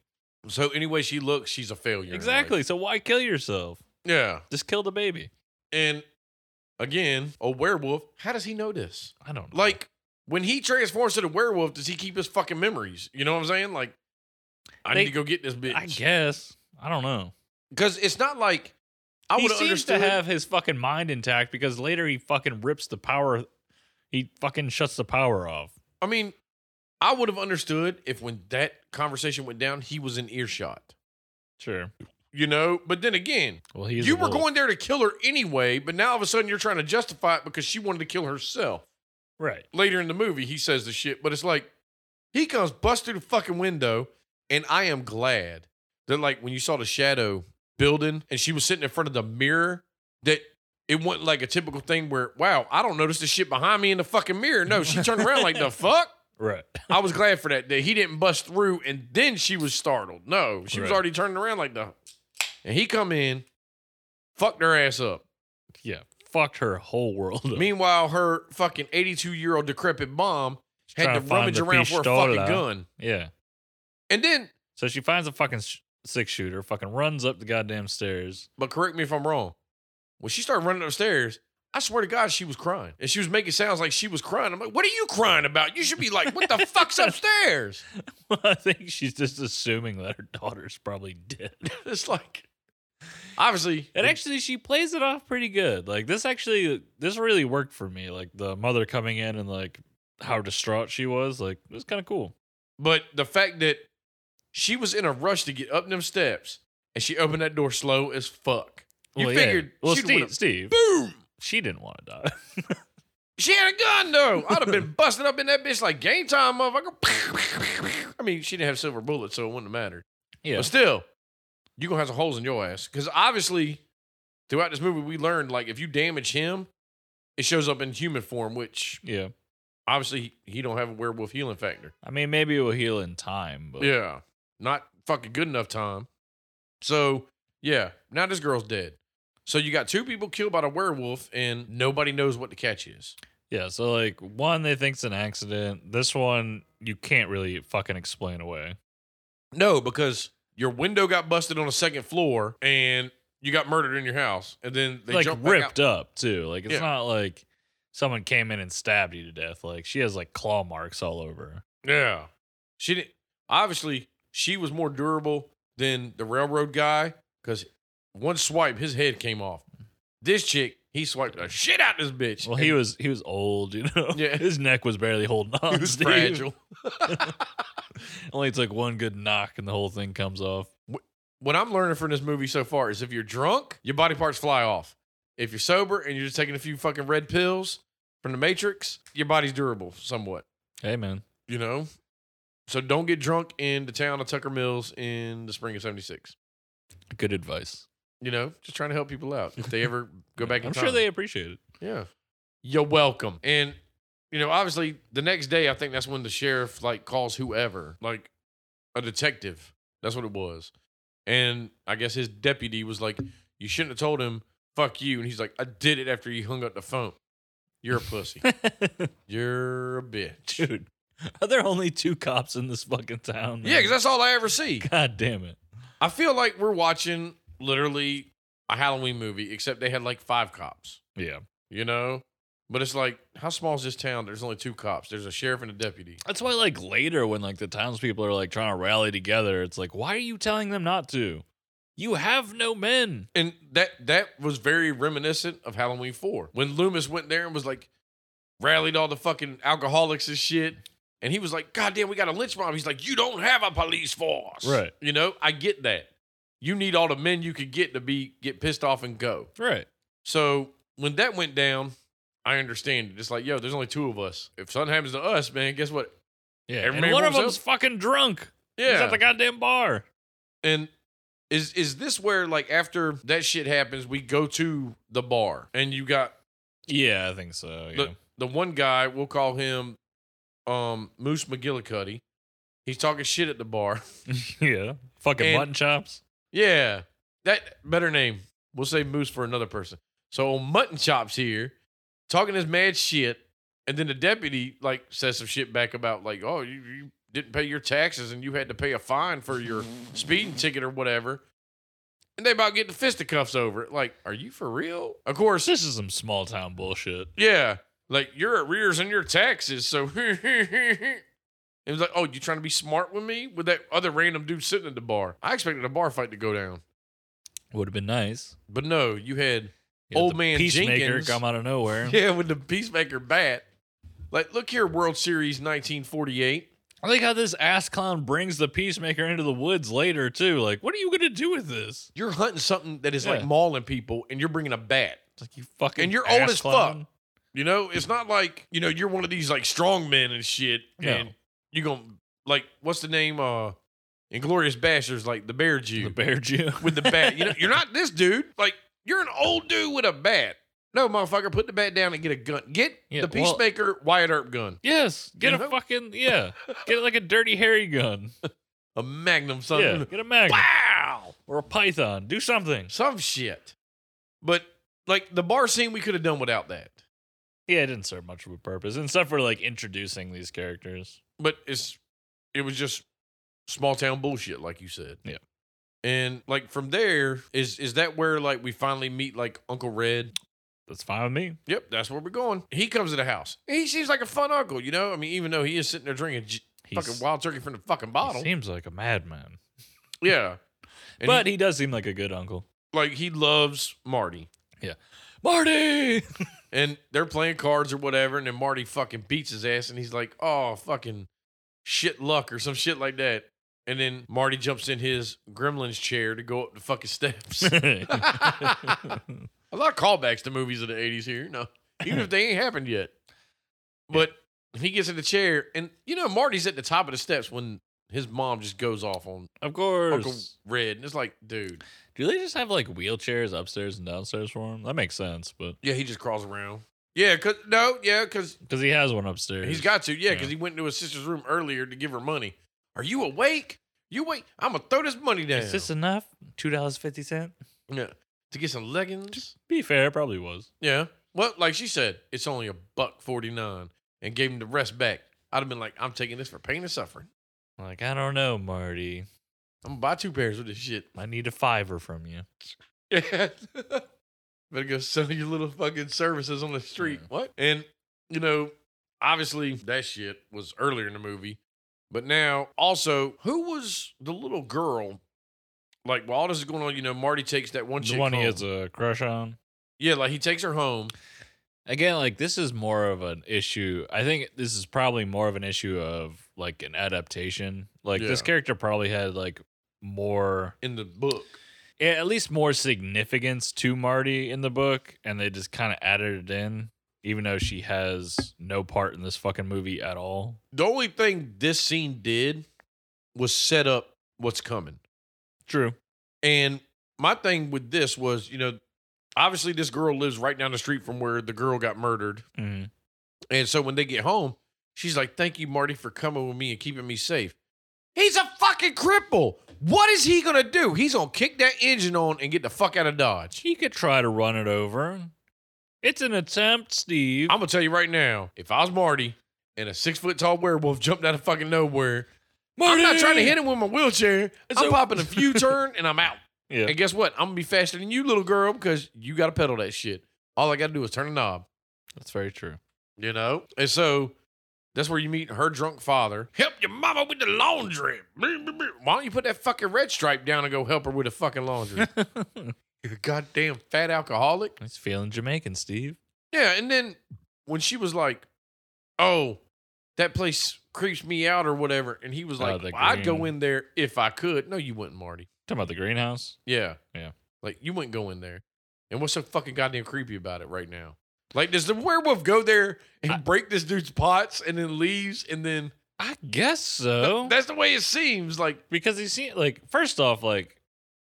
[SPEAKER 1] So anyway, she looks. She's a failure. in
[SPEAKER 2] exactly.
[SPEAKER 1] life.
[SPEAKER 2] So why kill yourself?
[SPEAKER 1] Yeah.
[SPEAKER 2] Just kill the baby.
[SPEAKER 1] And again, a werewolf. How does he know this?
[SPEAKER 2] I don't know.
[SPEAKER 1] Like when he transforms to the werewolf, does he keep his fucking memories? You know what I'm saying? Like, I
[SPEAKER 2] They-
[SPEAKER 1] need to go get this
[SPEAKER 2] I
[SPEAKER 1] bitch.
[SPEAKER 2] guess. I don't know.
[SPEAKER 1] Because it's not like I
[SPEAKER 2] he
[SPEAKER 1] would
[SPEAKER 2] seems
[SPEAKER 1] understand.
[SPEAKER 2] to have his fucking mind intact because later he fucking rips the power. He fucking shuts the power off.
[SPEAKER 1] I mean, I would have understood if when that conversation went down, he was in earshot.
[SPEAKER 2] Sure.
[SPEAKER 1] You know. But then again,
[SPEAKER 2] Well, he's
[SPEAKER 1] you
[SPEAKER 2] a
[SPEAKER 1] were
[SPEAKER 2] wolf.
[SPEAKER 1] going there to kill her anyway, but now all of a sudden you're trying to justify it because she wanted to kill herself.
[SPEAKER 2] right.
[SPEAKER 1] Later in the movie, he says the shit, but it's like he comes bust through the fucking window, and I am glad that like when you saw the shadow building and she was sitting in front of the mirror, that it wasn't like a typical thing where wow, I don't notice the shit behind me in the fucking mirror. No, she turned around like the fuck.
[SPEAKER 2] Right. <laughs>
[SPEAKER 1] I was glad for that that he didn't bust through and then she was startled. No, she was
[SPEAKER 2] Right.
[SPEAKER 1] already turning around like the, and he come in, fucked her ass up.
[SPEAKER 2] Yeah. Fucked her whole world. Up.
[SPEAKER 1] Meanwhile, her fucking 82 year old decrepit mom
[SPEAKER 2] She's
[SPEAKER 1] had
[SPEAKER 2] trying
[SPEAKER 1] to
[SPEAKER 2] find
[SPEAKER 1] rummage
[SPEAKER 2] the
[SPEAKER 1] around for a fucking
[SPEAKER 2] pistola.
[SPEAKER 1] gun.
[SPEAKER 2] Yeah.
[SPEAKER 1] And then,
[SPEAKER 2] So she finds a fucking sh- six shooter. Fucking runs up the goddamn stairs. <laughs>
[SPEAKER 1] but correct me if I'm wrong, when she started running upstairs, I swear to God, she was crying. And she was making sounds like she was crying. I'm like, what are you crying about? You should be like, what the
[SPEAKER 2] <laughs>
[SPEAKER 1] fuck's upstairs?
[SPEAKER 2] I think she's just assuming that her daughter's probably dead.
[SPEAKER 1] It's like, Obviously,
[SPEAKER 2] <laughs> And actually, she plays it off pretty good. Like this actually, this really worked for me. Like the mother coming in and like how distraught she was. Like it was kind of cool.
[SPEAKER 1] but the fact that she was in a rush to get up them steps and she opened that door slow as fuck. You
[SPEAKER 2] Well, yeah.
[SPEAKER 1] figured
[SPEAKER 2] Well,
[SPEAKER 1] she'd
[SPEAKER 2] Steve,
[SPEAKER 1] would've-
[SPEAKER 2] Steve,
[SPEAKER 1] boom.
[SPEAKER 2] she didn't want to die. <laughs>
[SPEAKER 1] She had a gun though. I'd have been busted up in that bitch like game time, motherfucker. I mean, she didn't have silver bullets, so it wouldn't have mattered.
[SPEAKER 2] yeah,
[SPEAKER 1] But still, you gonna have some holes in your ass because obviously, throughout this movie, we learned like if you damage him, it shows up in human form, which
[SPEAKER 2] yeah.
[SPEAKER 1] obviously he, he don't have a werewolf healing factor.
[SPEAKER 2] I mean, maybe it will heal in time, but
[SPEAKER 1] Yeah, not fucking good enough time. So yeah, now this girl's dead. So you got two people killed by the werewolf, and nobody knows what the catch is.
[SPEAKER 2] yeah. So like one, they think's an accident. This one, you can't really fucking explain away.
[SPEAKER 1] No, because your window got busted on the second floor and you got murdered in your house. And then they
[SPEAKER 2] like
[SPEAKER 1] jumped back out.
[SPEAKER 2] ripped up too. Like it's
[SPEAKER 1] Yeah.
[SPEAKER 2] not like someone came in and stabbed you to death. Like she has like claw marks all over. her.
[SPEAKER 1] Yeah. She didn't obviously she was more durable than the railroad guy because one swipe, his head came off. This chick, he swiped the shit out this bitch. <laughs>
[SPEAKER 2] Well, he
[SPEAKER 1] And
[SPEAKER 2] was he was old, you know.
[SPEAKER 1] Yeah.
[SPEAKER 2] <laughs> his neck was barely holding
[SPEAKER 1] <laughs>
[SPEAKER 2] on.
[SPEAKER 1] he was
[SPEAKER 2] Steve.
[SPEAKER 1] fragile.
[SPEAKER 2] Only took one good knock and the whole thing comes off.
[SPEAKER 1] What I'm learning from this movie so far is if you're drunk, your body parts fly off. If you're sober and you're just taking a few fucking red pills from the Matrix, your body's durable somewhat.
[SPEAKER 2] Hey man,
[SPEAKER 1] you know. So don't get drunk in the town of Tucker Mills in the spring of '76.
[SPEAKER 2] good advice.
[SPEAKER 1] You know, just trying to help people out if they ever
[SPEAKER 2] <laughs>
[SPEAKER 1] go back in
[SPEAKER 2] I'm
[SPEAKER 1] time.
[SPEAKER 2] sure they appreciate it.
[SPEAKER 1] Yeah, you're welcome. And you know, obviously, the next day, I think that's when the sheriff like calls whoever, like a detective. That's what it was. And I guess his deputy was like, "You shouldn't have told him, fuck you." And he's like, "I did it after you hung up the phone. You're a <laughs> pussy. You're a bitch."
[SPEAKER 2] <laughs> Dude, are there only two cops in this fucking town?
[SPEAKER 1] Yeah, because that's all I ever see.
[SPEAKER 2] that's- God damn it.
[SPEAKER 1] I feel like we're watching literally a Halloween movie, except they had like five cops,
[SPEAKER 2] Yeah,
[SPEAKER 1] you know? But it's like, how small is this town? There's only two cops. There's a sheriff and a deputy.
[SPEAKER 2] that's why. Like later, when like the townspeople are like trying to rally together, it's like, why are you telling them not to? You have no men.
[SPEAKER 1] And that that was very reminiscent of Halloween 4. When Loomis went there and was like rallied all the fucking alcoholics and shit. And he was like, God damn, we got a lynch mob. He's like, You don't have a police force.
[SPEAKER 2] Right.
[SPEAKER 1] You know, I get that. You need all the men you could get to be get pissed off and go.
[SPEAKER 2] Right.
[SPEAKER 1] So when that went down, I understand it. It's like, yo, there's only two of us. If something happens to us, man, guess what?
[SPEAKER 2] Yeah.
[SPEAKER 1] Every
[SPEAKER 2] and
[SPEAKER 1] man
[SPEAKER 2] one
[SPEAKER 1] for
[SPEAKER 2] of them's
[SPEAKER 1] himself.
[SPEAKER 2] fucking drunk. He's
[SPEAKER 1] Yeah.
[SPEAKER 2] at the goddamn bar.
[SPEAKER 1] and is is this where like after that shit happens, we go to the bar and you got
[SPEAKER 2] Yeah, I think so. Yeah.
[SPEAKER 1] the the one guy, we'll call him um Moose McGillicuddy. He's talking shit at the bar.
[SPEAKER 2] <laughs>
[SPEAKER 1] <laughs>
[SPEAKER 2] yeah. Fucking
[SPEAKER 1] And-
[SPEAKER 2] mutton chops.
[SPEAKER 1] yeah. That better name. We'll say Moose for another person. So on mutton chops here, talking his mad shit, and then the deputy like says some shit back about like, oh, you, you didn't pay your taxes and you had to pay a fine for your speeding ticket or whatever. And they about get the fisticuffs over it. Like, are you for real? Of course,
[SPEAKER 2] This is some small town bullshit.
[SPEAKER 1] yeah. Like you're arrears in your taxes, so <laughs> it was like, oh, you trying to be smart with me with that other random dude sitting at the bar. I expected a bar fight to go down,
[SPEAKER 2] Would have been nice.
[SPEAKER 1] but no, you had <laughs>
[SPEAKER 2] You know,
[SPEAKER 1] Old
[SPEAKER 2] the
[SPEAKER 1] man
[SPEAKER 2] peacemaker
[SPEAKER 1] Jenkins.
[SPEAKER 2] come out of nowhere.
[SPEAKER 1] Yeah, with the Peacemaker bat. Like, look here, World Series 1948.
[SPEAKER 2] <laughs> I like how this ass clown brings the peacemaker into the woods later too. Like, what are you gonna do with this?
[SPEAKER 1] You're hunting something that is like
[SPEAKER 2] Yeah.
[SPEAKER 1] mauling people, and you're bringing a bat.
[SPEAKER 2] It's like you fucking
[SPEAKER 1] And you're
[SPEAKER 2] ass
[SPEAKER 1] old as
[SPEAKER 2] clown.
[SPEAKER 1] You know, it's not like you know you're one of these like strong men and shit,
[SPEAKER 2] No.
[SPEAKER 1] and you gonna like what's the name? Uh, Inglorious Bastards, like the bear Jew
[SPEAKER 2] The bear <laughs> Jew.
[SPEAKER 1] with the bat. You know, you're not this dude. Like, you're an old dude with a bat. No, motherfucker, put the bat down and get a gun. Get
[SPEAKER 2] Yeah,
[SPEAKER 1] the
[SPEAKER 2] well-
[SPEAKER 1] Peacemaker Wyatt Earp gun,
[SPEAKER 2] yes. Get
[SPEAKER 1] You know?
[SPEAKER 2] a fucking yeah. Get like a dirty hairy gun.
[SPEAKER 1] a Magnum, something.
[SPEAKER 2] Yeah. Get a mag
[SPEAKER 1] Wow.
[SPEAKER 2] or a python. Do something.
[SPEAKER 1] some shit. But like the bar scene, we could have done without that.
[SPEAKER 2] Yeah, it didn't serve much of a purpose, except for like introducing these characters.
[SPEAKER 1] But it's it was just small town bullshit, like you said.
[SPEAKER 2] Yeah.
[SPEAKER 1] And like from there, is is that where like we finally meet like Uncle Red?
[SPEAKER 2] That's fine with me.
[SPEAKER 1] Yep, that's where we're going. He comes to the house. He seems like a fun uncle, you know. I mean, even though he is sitting there drinking j-
[SPEAKER 2] He's-
[SPEAKER 1] fucking wild turkey from the fucking
[SPEAKER 2] he
[SPEAKER 1] bottle.
[SPEAKER 2] seems like a madman,
[SPEAKER 1] yeah. And
[SPEAKER 2] but he does seem like a good uncle.
[SPEAKER 1] like he loves Marty, <laughs>
[SPEAKER 2] Marty. <laughs>
[SPEAKER 1] and they're playing cards or whatever, and then Marty fucking beats his ass, and he's like, "Oh, fucking shit luck" or some shit like that. And then Marty jumps in his Gremlins chair to go up the fucking steps.
[SPEAKER 2] <laughs>
[SPEAKER 1] A lot of callbacks to movies of the 80s here. No, even if they ain't happened yet. But he gets in the chair, and you know, Marty's at the top of the steps when his mom just goes off on
[SPEAKER 2] of
[SPEAKER 1] Uncle
[SPEAKER 2] course.
[SPEAKER 1] Red. And it's like, dude.
[SPEAKER 2] Do they just have like wheelchairs upstairs and downstairs for him? That makes sense, but
[SPEAKER 1] Yeah, he just crawls around. Yeah, cause no, yeah, cause
[SPEAKER 2] because he has one upstairs,
[SPEAKER 1] he's got to. Yeah,
[SPEAKER 2] Yeah.
[SPEAKER 1] cause he went into his sister's room earlier to give her money. Are you awake? You wait. I'm gonna throw this money down.
[SPEAKER 2] Is this enough? Two dollars fifty cent.
[SPEAKER 1] yeah, to get some leggings.
[SPEAKER 2] Be fair, it probably was.
[SPEAKER 1] Yeah. Well, like she said, it's only a buck forty nine, and gave him the rest back. I'd have been like, I'm taking this for pain and suffering.
[SPEAKER 2] Like I don't know, Marty.
[SPEAKER 1] I'm gonna buy two pairs of this shit.
[SPEAKER 2] I need a fiver from you.
[SPEAKER 1] <laughs> Yeah. Better go sell your little fucking services on the street.
[SPEAKER 2] Yeah.
[SPEAKER 1] What? And, you know, obviously that shit was earlier in the movie. But now, also, who was the little girl? Like, while all this is going on, you know, Marty takes that one
[SPEAKER 2] The
[SPEAKER 1] chick.
[SPEAKER 2] one he
[SPEAKER 1] home.
[SPEAKER 2] has a crush on.
[SPEAKER 1] yeah, like he takes her home.
[SPEAKER 2] Again, like this is more of an issue. I think this is probably more of an issue of like an adaptation. Like this
[SPEAKER 1] Yeah.
[SPEAKER 2] character probably had like more
[SPEAKER 1] In the book,
[SPEAKER 2] yeah, at least more significance to Marty in the book, and they just kind of added it in, even though she has no part in this fucking movie at all.
[SPEAKER 1] the only thing this scene did was set up what's coming.
[SPEAKER 2] True.
[SPEAKER 1] And my thing with this was, you know, obviously this girl lives right down the street from where the girl got murdered.
[SPEAKER 2] Mm.
[SPEAKER 1] And so when they get home, she's like, Thank you, Marty, for coming with me and keeping me safe. He's a fucking cripple. What is he gonna do? He's gonna kick that engine on and get the fuck out of Dodge.
[SPEAKER 2] She could try to run it over. It's an attempt, Steve.
[SPEAKER 1] I'm gonna tell you right now, if I was Marty and a six foot tall werewolf jumped out of fucking nowhere, I'm not trying to hit him with my wheelchair.
[SPEAKER 2] It's
[SPEAKER 1] I'm
[SPEAKER 2] a-
[SPEAKER 1] popping a few turn and I'm out.
[SPEAKER 2] <laughs> Yeah.
[SPEAKER 1] And guess what? I'm gonna be faster than you, little girl, because you gotta pedal that shit. All I gotta do is turn the knob.
[SPEAKER 2] That's very true.
[SPEAKER 1] <laughs> You know? And so that's where you meet her drunk father. Help your mama with the laundry. Bleep, bleep, bleep. Why don't you put that fucking red stripe down and go help her with the fucking
[SPEAKER 2] <laughs>
[SPEAKER 1] laundry? You're a goddamn fat alcoholic.
[SPEAKER 2] He's feeling Jamaican, Steve.
[SPEAKER 1] Yeah, and then when she was like, Oh, that place creeps me out or whatever, and he was
[SPEAKER 2] Oh,
[SPEAKER 1] like,
[SPEAKER 2] the
[SPEAKER 1] "Well, I'd go
[SPEAKER 2] green-
[SPEAKER 1] in there if I could. No, you wouldn't, Marty.
[SPEAKER 2] Talking about the greenhouse.
[SPEAKER 1] Yeah.
[SPEAKER 2] Yeah.
[SPEAKER 1] Like you wouldn't go in there. And what's so fucking goddamn creepy about it right now? Like, does the werewolf go there and
[SPEAKER 2] I-
[SPEAKER 1] break this dude's pots and then leaves and then
[SPEAKER 2] I guess so.
[SPEAKER 1] That's the way it seems. Like,
[SPEAKER 2] because he seen like first off, like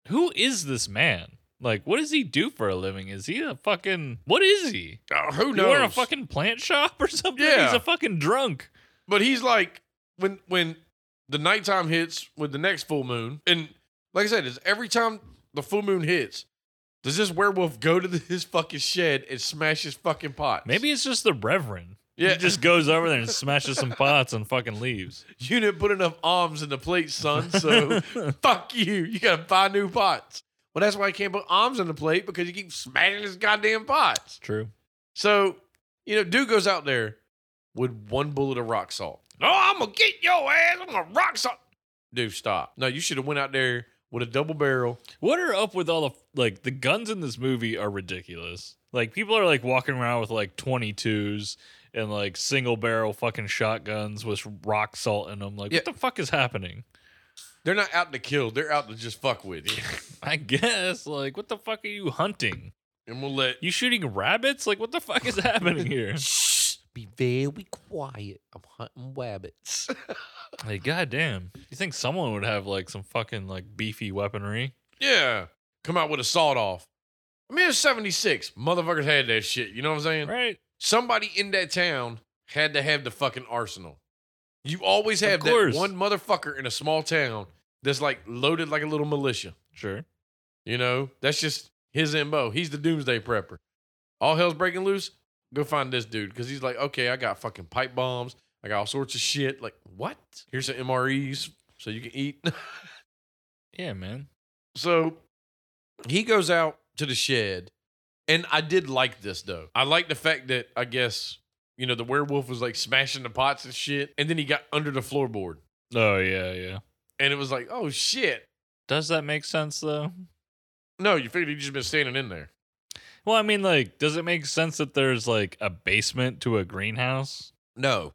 [SPEAKER 2] who is this man? Like, what does he do for a living? Is he a fucking what is he?
[SPEAKER 1] oh, who
[SPEAKER 2] You were in a
[SPEAKER 1] knows?
[SPEAKER 2] fucking plant shop or <laughs> something?
[SPEAKER 1] Yeah.
[SPEAKER 2] He's a fucking drunk.
[SPEAKER 1] but he's like, when when the nighttime hits with the next full moon, and like I said, is every time the full moon hits, does this werewolf go to <laughs> the, his fucking shed and smash his fucking pot?
[SPEAKER 2] Maybe it's just the Reverend.
[SPEAKER 1] yeah.
[SPEAKER 2] He just goes over there and smashes some pots and fucking leaves.
[SPEAKER 1] <laughs> you didn't put enough alms in the plate, son.
[SPEAKER 2] <laughs>
[SPEAKER 1] So <laughs> fuck you. You gotta buy new pots. Well, that's why I can't put alms in the plate because you keep smashing his goddamn pots.
[SPEAKER 2] True.
[SPEAKER 1] So, you know, dude goes out there with one bullet of rock salt. No, I'm gonna get your ass. I'm gonna rock salt. Dude, stop. No, you should have went out there with a double barrel.
[SPEAKER 2] What are up with all the like the guns in this movie are ridiculous. Like people are like walking around with like 22s and like single barrel fucking shotguns with rock salt in them. Like
[SPEAKER 1] Yeah.
[SPEAKER 2] what the fuck is happening?
[SPEAKER 1] They're not out to kill. They're out to just fuck with <laughs> you.
[SPEAKER 2] I guess like what the fuck are you hunting?
[SPEAKER 1] and we'll let
[SPEAKER 2] You shooting rabbits? Like what the fuck is
[SPEAKER 1] <laughs>
[SPEAKER 2] happening here?
[SPEAKER 1] Shh, be very quiet. I'm hunting wabbits.
[SPEAKER 2] Like goddamn. You think someone would have like some fucking like beefy weaponry?
[SPEAKER 1] yeah, come out with a sawed off. I mean, it's 76. Motherfuckers had that shit. You know what I'm saying?
[SPEAKER 2] Right.
[SPEAKER 1] somebody in that town had to have the fucking arsenal. You always have that
[SPEAKER 2] course.
[SPEAKER 1] one motherfucker in a small town that's like loaded like a little militia.
[SPEAKER 2] Sure.
[SPEAKER 1] You know, that's just his MO. He's the doomsday prepper. All hell's breaking loose. Go find this dude because he's like, okay, I got fucking pipe bombs. I got all sorts of shit. Like, what? Here's some MREs E so you can eat.
[SPEAKER 2] Yeah, man.
[SPEAKER 1] So he goes out to the shed. And I did like this though. I like the fact that I guess, you know, the werewolf was like smashing the pots and shit. And then he got under the floorboard.
[SPEAKER 2] Oh yeah, yeah.
[SPEAKER 1] And it was like, oh shit.
[SPEAKER 2] Does that make sense though?
[SPEAKER 1] No, you figured he'd just been standing in there.
[SPEAKER 2] Well, I mean, like, does it make sense that there's like a basement to a greenhouse?
[SPEAKER 1] No,